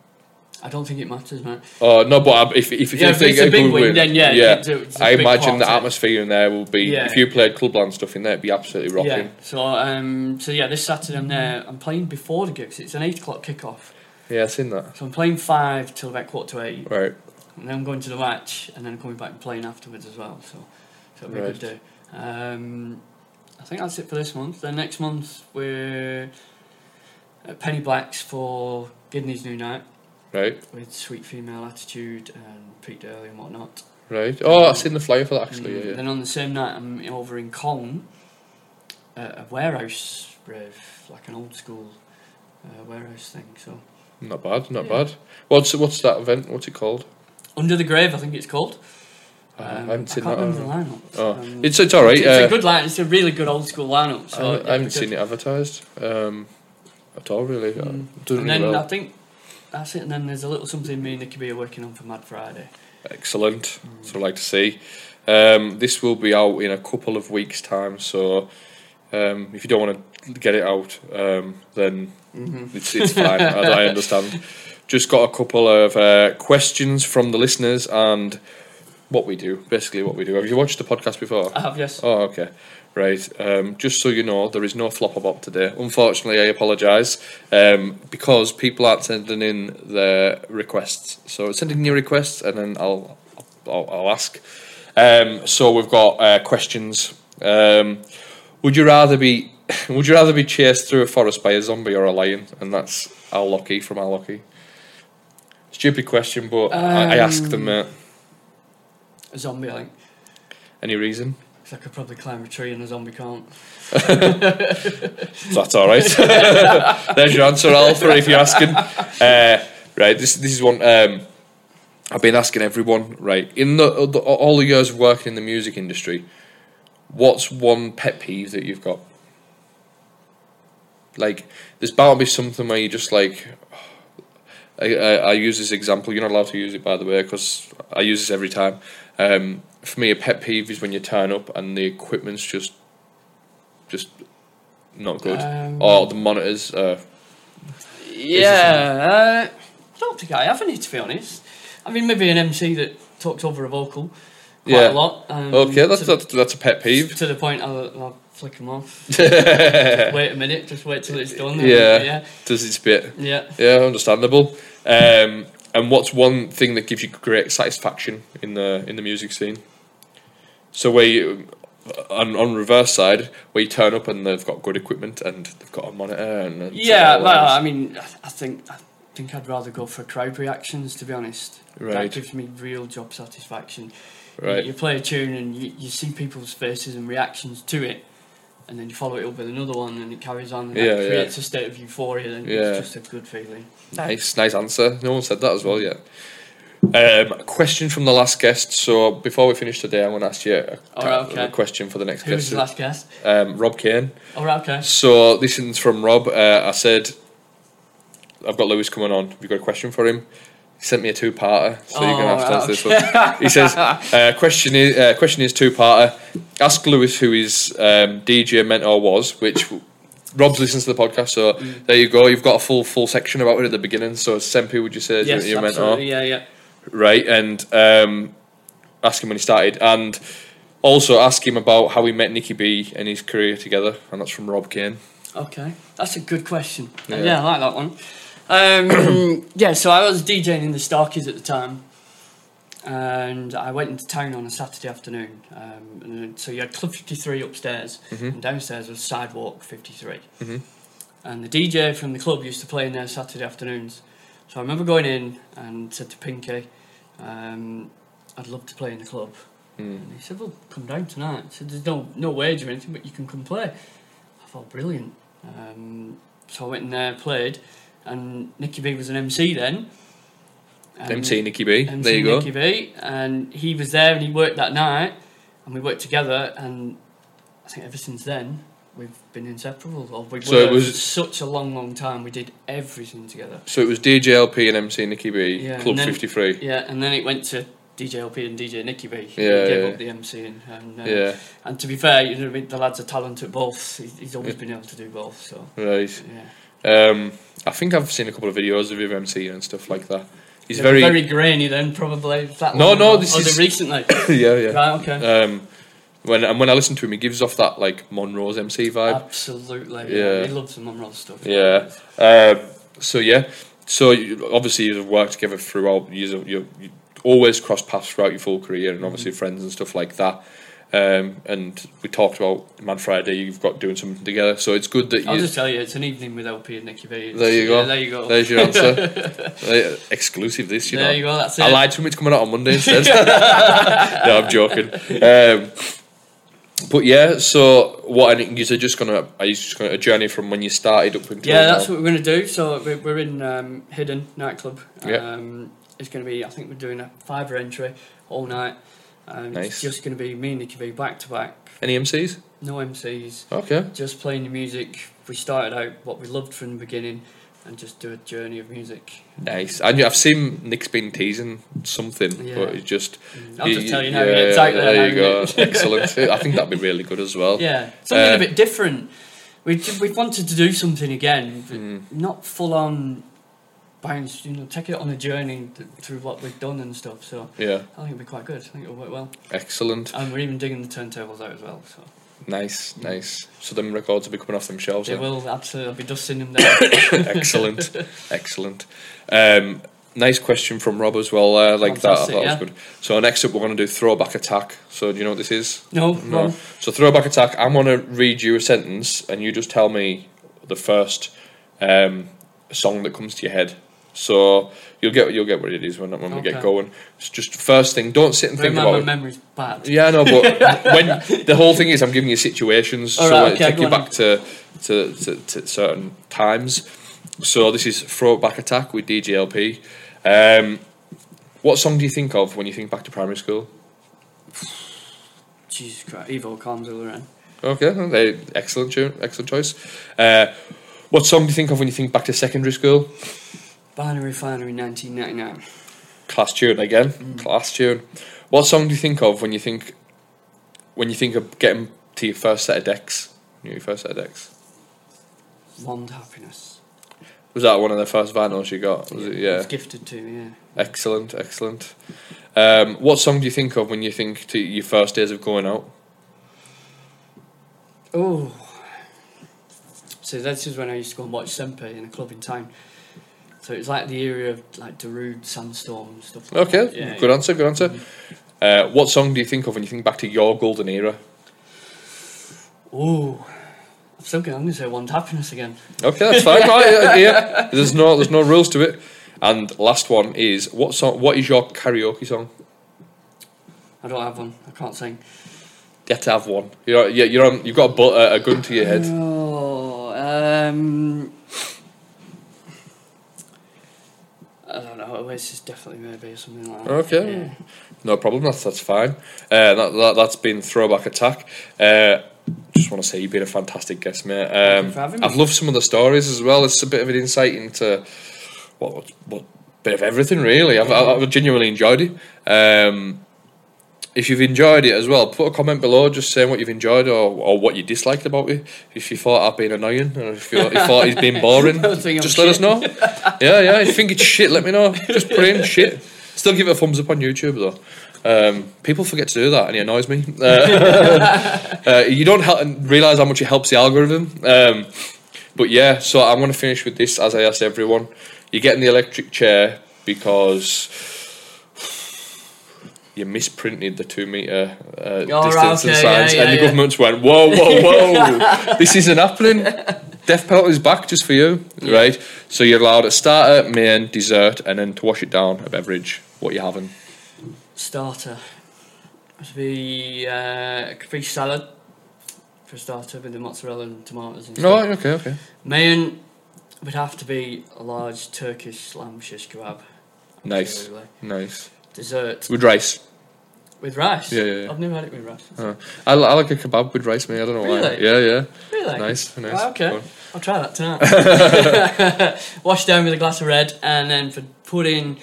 Speaker 5: I don't think it matters, man.
Speaker 4: oh no, but I- if if, if,
Speaker 5: Yeah, if
Speaker 4: they
Speaker 5: it's
Speaker 4: get
Speaker 5: a big
Speaker 4: good
Speaker 5: win, then yeah, it's a- it's a
Speaker 4: I
Speaker 5: big
Speaker 4: imagine the
Speaker 5: part of it.
Speaker 4: atmosphere in there will be.
Speaker 5: Yeah.
Speaker 4: If you played clubland stuff in there, it'd be absolutely
Speaker 5: Yeah.
Speaker 4: rocking.
Speaker 5: So um, so yeah, this Saturday I'm there. I'm playing before the gigs. It's an eight o'clock kickoff.
Speaker 4: Yeah, I've seen that.
Speaker 5: So I'm playing five till about quarter to eight,
Speaker 4: Right,
Speaker 5: and then I'm going to the match, and then I'm coming back and playing afterwards as well. So, so it'll be a good day. Um, I think that's it for this month. Then next month we're at Penny Blacks for Gidney's new night
Speaker 4: right,
Speaker 5: with Sweet Female Attitude and Pete Daly and whatnot.
Speaker 4: right. Oh, I've seen the flyer for that actually.
Speaker 5: Mm,
Speaker 4: Yeah, yeah.
Speaker 5: Then on the same night, I'm over in Colne at a warehouse rave, like an old school uh, warehouse thing. So
Speaker 4: not bad, not
Speaker 5: Yeah.
Speaker 4: bad. What's what's that event? What's it called?
Speaker 5: under the grave, I think it's called. Um,
Speaker 4: Uh, I haven't seen
Speaker 5: can't
Speaker 4: that.
Speaker 5: remember the lineup.
Speaker 4: Oh,
Speaker 5: Um,
Speaker 4: it's it's all right.
Speaker 5: It's
Speaker 4: uh,
Speaker 5: a good line. It's a really good old school lineup. So
Speaker 4: I,
Speaker 5: it'd
Speaker 4: I haven't
Speaker 5: be
Speaker 4: seen
Speaker 5: good.
Speaker 4: it advertised um, at all, really. Uh,
Speaker 5: Mm.
Speaker 4: Doesn't
Speaker 5: And
Speaker 4: ring a
Speaker 5: then
Speaker 4: bell.
Speaker 5: I think that's it. And then there's a little something me and Nicky B are working on for Mad Friday.
Speaker 4: Excellent. That's what I like to see. Um, this will be out in a couple of weeks' time, so um, if you don't want to get it out, um, then it's, it's fine. I, I understand. Just got a couple of uh, questions from the listeners and what we do, basically what we do. Have you watched the podcast before?
Speaker 5: I have yes.
Speaker 4: Oh, okay. Right. Um, just so you know, there is no flopperbop today. Unfortunately, I apologise um, because people aren't sending in their requests. So send in your requests, and then I'll I'll, I'll ask. Um, so we've got uh, questions. Um, would you rather be Would you rather be chased through a forest by a zombie or a lion? And that's Al Lockie from Al Lockie. Stupid question, but I, I asked them. Uh,
Speaker 5: A zombie, I think.
Speaker 4: any reason?
Speaker 5: 'Cause I could probably climb a tree and a zombie can't.
Speaker 4: So that's all right. There's your answer, Alpha, if you're asking. Uh, right, this this is one um, I've been asking everyone. Right, in the, the all the years of working in the music industry, what's one pet peeve that you've got? Like, there's bound to be something where you just like. I, I, I use this example. You're not allowed to use it, by the way, because I use this every time. Um, for me, a pet peeve is when you turn up and the equipment's just, just not good,
Speaker 5: Um,
Speaker 4: or the monitors are
Speaker 5: Yeah, uh, I don't think I have any to be honest. I mean, maybe an MC that talks over a vocal quite
Speaker 4: Yeah.
Speaker 5: a lot. Um,
Speaker 4: Okay, that's,
Speaker 5: to,
Speaker 4: that's that's a pet peeve.
Speaker 5: to the point I'll, I'll flick them off.
Speaker 4: Does
Speaker 5: wait a minute, just wait till it's done.
Speaker 4: Yeah.
Speaker 5: yeah,
Speaker 4: its bit.
Speaker 5: yeah.
Speaker 4: Yeah, understandable. Um, and what's one thing that gives you great satisfaction in the in the music scene? So where you on on reverse side, where you turn up and they've got good equipment and they've got a monitor and, and
Speaker 5: Yeah,
Speaker 4: all
Speaker 5: well, I
Speaker 4: that.
Speaker 5: mean, I I think I think I'd rather go for crowd reactions to be honest.
Speaker 4: Right.
Speaker 5: That gives me real job satisfaction. You-
Speaker 4: right,
Speaker 5: You play a tune and you, you see people's faces and reactions to it, and then you follow it up with another one, and it carries on. And
Speaker 4: Yeah,
Speaker 5: that
Speaker 4: yeah.
Speaker 5: creates a state of euphoria, and
Speaker 4: Yeah.
Speaker 5: it's just a good feeling.
Speaker 4: nice, nice answer. No one said that as well yet. Um, question from the last guest. So before we finish today, I'm going to ask you a,
Speaker 5: All right, okay.
Speaker 4: a question for the next
Speaker 5: Who was
Speaker 4: guest.
Speaker 5: the last guest?
Speaker 4: Um, Rob Kane.
Speaker 5: All right, okay.
Speaker 4: So this is from Rob. Uh, I said, I've got Lewis coming on. Have you got a question for him? He sent me a two-parter, so you're gonna
Speaker 5: Oh,
Speaker 4: have to answer this
Speaker 5: right,
Speaker 4: one. He says, uh, "Question is uh, question is two-parter. Ask Lewis who his um, DJ mentor was, which." Rob's listens to the podcast, so
Speaker 5: Mm.
Speaker 4: there you go. You've got a full full section about it at the beginning. So, Sempi, would you say is your-
Speaker 5: Yes,
Speaker 4: your mentor?
Speaker 5: absolutely. Yeah, yeah.
Speaker 4: right? And um, ask him when he started. And Also, ask him about how he met Nikki B and his career together, and that's from Rob Kane.
Speaker 5: Okay, that's a good question. Uh,
Speaker 4: Yeah.
Speaker 5: Yeah, I like that one. Um, yeah, so I was DJing in the Starkies at the time, and I went into town on a Saturday afternoon. Um, and then- so you had Club 53 upstairs, and downstairs was Sidewalk 53. And the DJ from the club used to play in there Saturday afternoons. So I remember going in and said to Pinky, um, I'd love to play in the club. And he said, Well, come down tonight. I said, There's no, no wage or anything, but you can come play. I thought brilliant. Um, so I went in there, played, and Nicky B was an MC then. And
Speaker 4: MC Nikki B.
Speaker 5: MC
Speaker 4: there you go.
Speaker 5: Nicky B, and he was there and he worked that night, and we worked together, and I think ever since then we've been inseparable. Or we
Speaker 4: So
Speaker 5: were
Speaker 4: it
Speaker 5: for
Speaker 4: was-
Speaker 5: such a long, long time. We did everything together.
Speaker 4: So it was DJLP and MC Nikki B.
Speaker 5: Yeah,
Speaker 4: Club
Speaker 5: and then-
Speaker 4: 53.
Speaker 5: Yeah, and then it went to DJ LP and DJ Nicky B. He
Speaker 4: Yeah,
Speaker 5: gave
Speaker 4: yeah.
Speaker 5: up the MC and. and uh,
Speaker 4: Yeah.
Speaker 5: And to be fair, you know, what I mean, the lads are talented at both. He's, he's always been able to do both. So
Speaker 4: Right.
Speaker 5: yeah,
Speaker 4: Um, I think I've seen a couple of videos of him MC and stuff like that. He's
Speaker 5: They were
Speaker 4: very,
Speaker 5: very grainy then, probably. if That
Speaker 4: No,
Speaker 5: long
Speaker 4: no,
Speaker 5: ago.
Speaker 4: this
Speaker 5: Oh, they
Speaker 4: is-
Speaker 5: recently.
Speaker 4: yeah, yeah.
Speaker 5: right, okay.
Speaker 4: Um, when and when I listen to him, he gives off that like Monroe's MC vibe.
Speaker 5: Absolutely.
Speaker 4: Uh, Yeah.
Speaker 5: Yeah. He loves the Monroe stuff.
Speaker 4: Yeah. Um, so yeah. So you, obviously you've worked together throughout. You you you always cross paths throughout your full career, and obviously
Speaker 5: Mm-hmm.
Speaker 4: friends and stuff like that. Um, and we talked about Mad Friday. You've got doing something together, so it's good that
Speaker 5: I'll
Speaker 4: you.
Speaker 5: just tell you, it's an evening with LP and Nicky B.
Speaker 4: There you
Speaker 5: Yeah,
Speaker 4: go.
Speaker 5: there you go.
Speaker 4: There's your answer. There- Exclusive. This, you
Speaker 5: There
Speaker 4: know.
Speaker 5: you go, that's
Speaker 4: I
Speaker 5: it.
Speaker 4: lied to him. It's coming out on Monday instead. no, I'm joking. Um, but yeah, so what? And you're just gonna, are you just gonna a journey from when you started up until
Speaker 5: yeah, that's
Speaker 4: now?
Speaker 5: what we're going to do. So we- we're in um, Hidden nightclub. Um,
Speaker 4: Yeah.
Speaker 5: It's going to be, I think we're doing a fiver entry all night. Um,
Speaker 4: Nice.
Speaker 5: It's just going to be me and Nicky B back to back.
Speaker 4: Any MCs?
Speaker 5: No MCs,
Speaker 4: Okay.
Speaker 5: just playing the music. We started out what we loved from the beginning and just do a journey of music.
Speaker 4: Nice. And I've seen Nick's been teasing something,
Speaker 5: Yeah.
Speaker 4: but it's just.
Speaker 5: I'll just tell you now,
Speaker 4: Yeah,
Speaker 5: yeah, exactly.
Speaker 4: There you go.
Speaker 5: now.
Speaker 4: Excellent. I think that'd be really good as well.
Speaker 5: Yeah, something
Speaker 4: Uh,
Speaker 5: a bit different. We we wanted to do something again, but
Speaker 4: Mm,
Speaker 5: not full on bounce. You know, take it on a journey th- through what we've done and stuff. So
Speaker 4: Yeah.
Speaker 5: I think it'll be quite good. I think it'll work well.
Speaker 4: Excellent.
Speaker 5: And we're even digging the turntables out as well. So
Speaker 4: Nice. Nice. So them records will be coming off them shelves.
Speaker 5: they
Speaker 4: then.
Speaker 5: will absolutely. I'll be dusting them down.
Speaker 4: excellent, excellent. Um, nice question from Rob as well. Uh, like that, I
Speaker 5: Fantastic,
Speaker 4: thought
Speaker 5: yeah.
Speaker 4: was good. So next up, we're going to do throwback attack. So do you know what this is?
Speaker 5: no, wrong.
Speaker 4: So throwback attack. I'm going to read you a sentence, and you just tell me the first um, song that comes to your head. So you'll get you'll get what it is when when we get
Speaker 5: Okay.
Speaker 4: going. It's just first thing. Don't sit and think
Speaker 5: Remember,
Speaker 4: about
Speaker 5: my
Speaker 4: it.
Speaker 5: memory's bad.
Speaker 4: Yeah, I know, but when the whole thing is, I'm giving you situations,
Speaker 5: All
Speaker 4: so I
Speaker 5: right, okay,
Speaker 4: take
Speaker 5: go
Speaker 4: you
Speaker 5: on
Speaker 4: back to, to, to, to certain times. So this is Throwback Attack with DJLP. Um, what song do you think of when you think back to primary school?
Speaker 5: Jesus Christ, Evo Calms all around.
Speaker 4: Okay, they, excellent, cho- excellent choice. Uh, what song do you think of when you think back to secondary school?
Speaker 5: Binary Refinery 1999.
Speaker 4: Class tune again,
Speaker 5: Mm.
Speaker 4: class tune. What song do you think of when you think when you think of getting to your first set of decks? Your first set of decks.
Speaker 5: Wand Happiness.
Speaker 4: Was that one of the first vinyls you got? Was it?
Speaker 5: It
Speaker 4: Yeah.
Speaker 5: was gifted to me, yeah.
Speaker 4: Excellent, excellent. Um, what song do you think of when you think to your first days of going out?
Speaker 5: Oh. So this is when I used to go and watch Semper in a club in town. So it was like the area of like Darude, Sandstorm and stuff like
Speaker 4: Okay,
Speaker 5: that. Yeah,
Speaker 4: good
Speaker 5: yeah. Mm-hmm.
Speaker 4: answer, good answer. Uh, what song do you think of when you think back to your golden era?
Speaker 5: Ooh. I'm still gonna, I'm gonna say One Happiness again.
Speaker 4: Okay, that's fine. right, yeah, yeah. There's no there's no rules to it. And last one is what song? What is your karaoke song?
Speaker 5: I don't have one, I can't sing.
Speaker 4: You have to have one. You're yeah, you're on. You've got a, bu- uh, a, a gun to your head.
Speaker 5: Oh um I don't know, Oasis definitely maybe or something like that.
Speaker 4: Okay.
Speaker 5: Yeah.
Speaker 4: No problem. That's that's fine. Uh, that, that that's been throwback attack. Uh, just want to say you've been a fantastic guest, mate. Um,
Speaker 5: you for having me.
Speaker 4: I've loved some of the stories as well. It's a bit of an insight into what what, what bit of everything really. I've, I've I've genuinely enjoyed it. Um, if you've enjoyed it as well, put a comment below just saying what you've enjoyed or, or what you disliked about it. If you thought I've been annoying or if you, you thought he's been boring,
Speaker 5: I was thinking
Speaker 4: just
Speaker 5: I'm
Speaker 4: let us know. Yeah, yeah. If you think it's shit, let me know. Just put in shit. Still give it a thumbs up on YouTube though. Um, people forget to do that, and it annoys me. Uh, uh, you don't help, realize how much it helps the algorithm. Um, but yeah, so I'm going to finish with this, as I asked everyone. You're getting the electric chair because you misprinted the two meter uh,
Speaker 5: Oh, right,
Speaker 4: distance and
Speaker 5: okay,
Speaker 4: signs,
Speaker 5: yeah,
Speaker 4: and
Speaker 5: yeah,
Speaker 4: the
Speaker 5: yeah.
Speaker 4: governments went, "Whoa, whoa, whoa! this isn't happening." Death penalty's back just for you, right? So you're allowed a starter, main, dessert, and then to wash it down a beverage. What you having?
Speaker 5: Starter. It'd be uh, a Capri salad for a starter with the mozzarella and tomatoes. And
Speaker 4: Oh,
Speaker 5: stuff.
Speaker 4: okay, okay.
Speaker 5: Main would have to be a large Turkish lamb shish kebab.
Speaker 4: Nice,
Speaker 5: Absolutely.
Speaker 4: nice.
Speaker 5: Dessert
Speaker 4: With rice.
Speaker 5: with rice.
Speaker 4: Yeah, yeah, yeah.
Speaker 5: I've never had it with rice.
Speaker 4: Uh, I, li- I like a kebab with rice, mate. I don't know why.
Speaker 5: Really?
Speaker 4: Yeah, yeah.
Speaker 5: Really?
Speaker 4: Nice, nice.
Speaker 5: Right, okay.
Speaker 4: Fun.
Speaker 5: I'll try that tonight. Wash down with a glass of red, and then for pudding,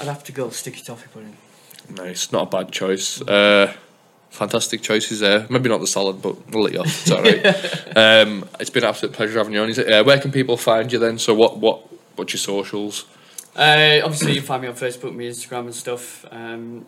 Speaker 5: I'd have to go sticky toffee pudding.
Speaker 4: Nice. Not a bad choice. Uh, fantastic choices there. Maybe not the salad, but we'll let you off. It's all right. um, it's been an absolute pleasure having you on. Is it, uh, where can people find you then? So what what what's your socials?
Speaker 5: Uh, obviously, you find me on Facebook, me Instagram, and stuff. Um,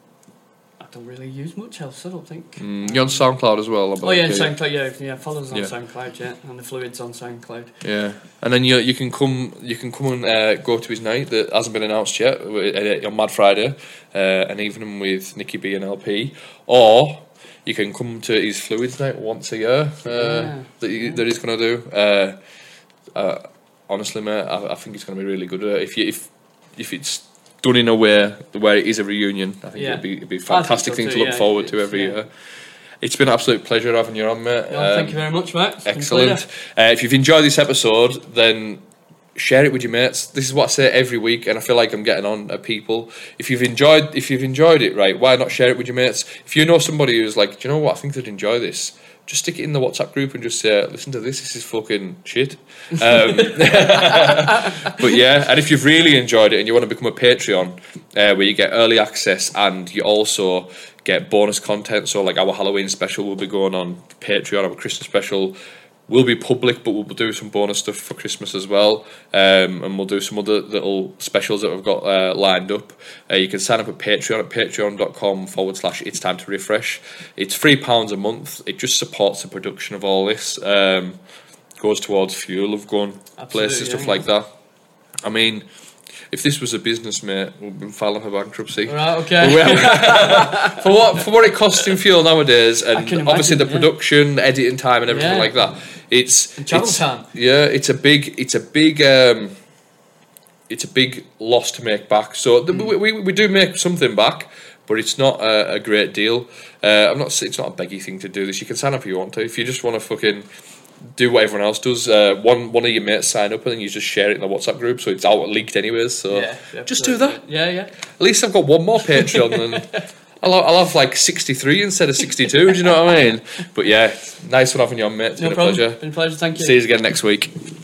Speaker 5: I don't really use much else. I don't think.
Speaker 4: Mm, you're on SoundCloud as well. I
Speaker 5: Oh yeah,
Speaker 4: believe,
Speaker 5: SoundCloud. Yeah, yeah. Follow us on
Speaker 4: Yeah.
Speaker 5: SoundCloud. Yeah, and the fluids on SoundCloud.
Speaker 4: Yeah, and then you you can come you can come and uh, go to his night that hasn't been announced yet uh, on Mad Friday, uh, an evening with Nikki B and LP, or you can come to his Fluids night once a year uh,
Speaker 5: Yeah.
Speaker 4: that he, that he's gonna do. Uh, uh, honestly, mate, I, I think it's gonna be really good. Uh, if you if if it's done in a way where it is a reunion, I think
Speaker 5: Yeah.
Speaker 4: it'd be it'd be a
Speaker 5: think so
Speaker 4: fantastic thing
Speaker 5: too,
Speaker 4: to look
Speaker 5: yeah,
Speaker 4: forward to
Speaker 5: it's-
Speaker 4: every
Speaker 5: yeah.
Speaker 4: year. It's been an absolute pleasure having you on, mate.
Speaker 5: Well,
Speaker 4: Um,
Speaker 5: thank you very much, mate. It's been a
Speaker 4: Excellent.
Speaker 5: pleasure.
Speaker 4: Uh, if you've enjoyed this episode, then share it with your mates. This is what I say every week, and I feel like I'm getting on at people. If you've enjoyed, if you've enjoyed it, right, why not share it with your mates? If you know somebody who's like, do you know what, I think they'd enjoy this. Just stick it in the WhatsApp group and just say, listen to this. This is fucking shit. Um, but yeah, and if you've really enjoyed it and you want to become a Patreon, uh, where you get early access and you also get bonus content, so like our Halloween special will be going on Patreon, our Christmas special will be public, but we'll do some bonus stuff for Christmas as well, um, and we'll do some other little specials that we've got uh, lined up. Uh, you can sign up at Patreon at patreon.com forward slash it's time to refresh. It's £3 a month, it just supports the production of all this. Um, goes towards fuel of going places,
Speaker 5: Absolutely,
Speaker 4: stuff
Speaker 5: yeah.
Speaker 4: like that. I mean, if this was a business, mate, we'd been filing for bankruptcy.
Speaker 5: Right.
Speaker 4: But
Speaker 5: Okay.
Speaker 4: we haven't- for what for what it costs in fuel nowadays, and
Speaker 5: can
Speaker 4: obviously
Speaker 5: imagine,
Speaker 4: the
Speaker 5: yeah.
Speaker 4: production, editing time, and everything
Speaker 5: Yeah.
Speaker 4: like that, it's
Speaker 5: And travel
Speaker 4: it's-
Speaker 5: time.
Speaker 4: Yeah, it's a big it's a big um, it's a big loss to make back. So th-
Speaker 5: Hmm.
Speaker 4: we, we, we do make something back, but it's not a, a great deal. Uh, I'm not. s- It's not a beggy thing to do this. You can sign up if you want to. If you just want to fucking do what everyone else does, uh, one one of your mates sign up and then you just share it in the WhatsApp group, so it's out leaked anyways. So
Speaker 5: yeah,
Speaker 4: just do
Speaker 5: absolutely.
Speaker 4: that.
Speaker 5: Yeah, yeah.
Speaker 4: At least I've got one more Patreon than. I'll, have- I'll have like 63 instead of 62, do you know what I mean? But yeah, nice one having you on, mate. It's
Speaker 5: No
Speaker 4: been
Speaker 5: problem.
Speaker 4: a pleasure.
Speaker 5: Been a pleasure. Thank you.
Speaker 4: See you again next week.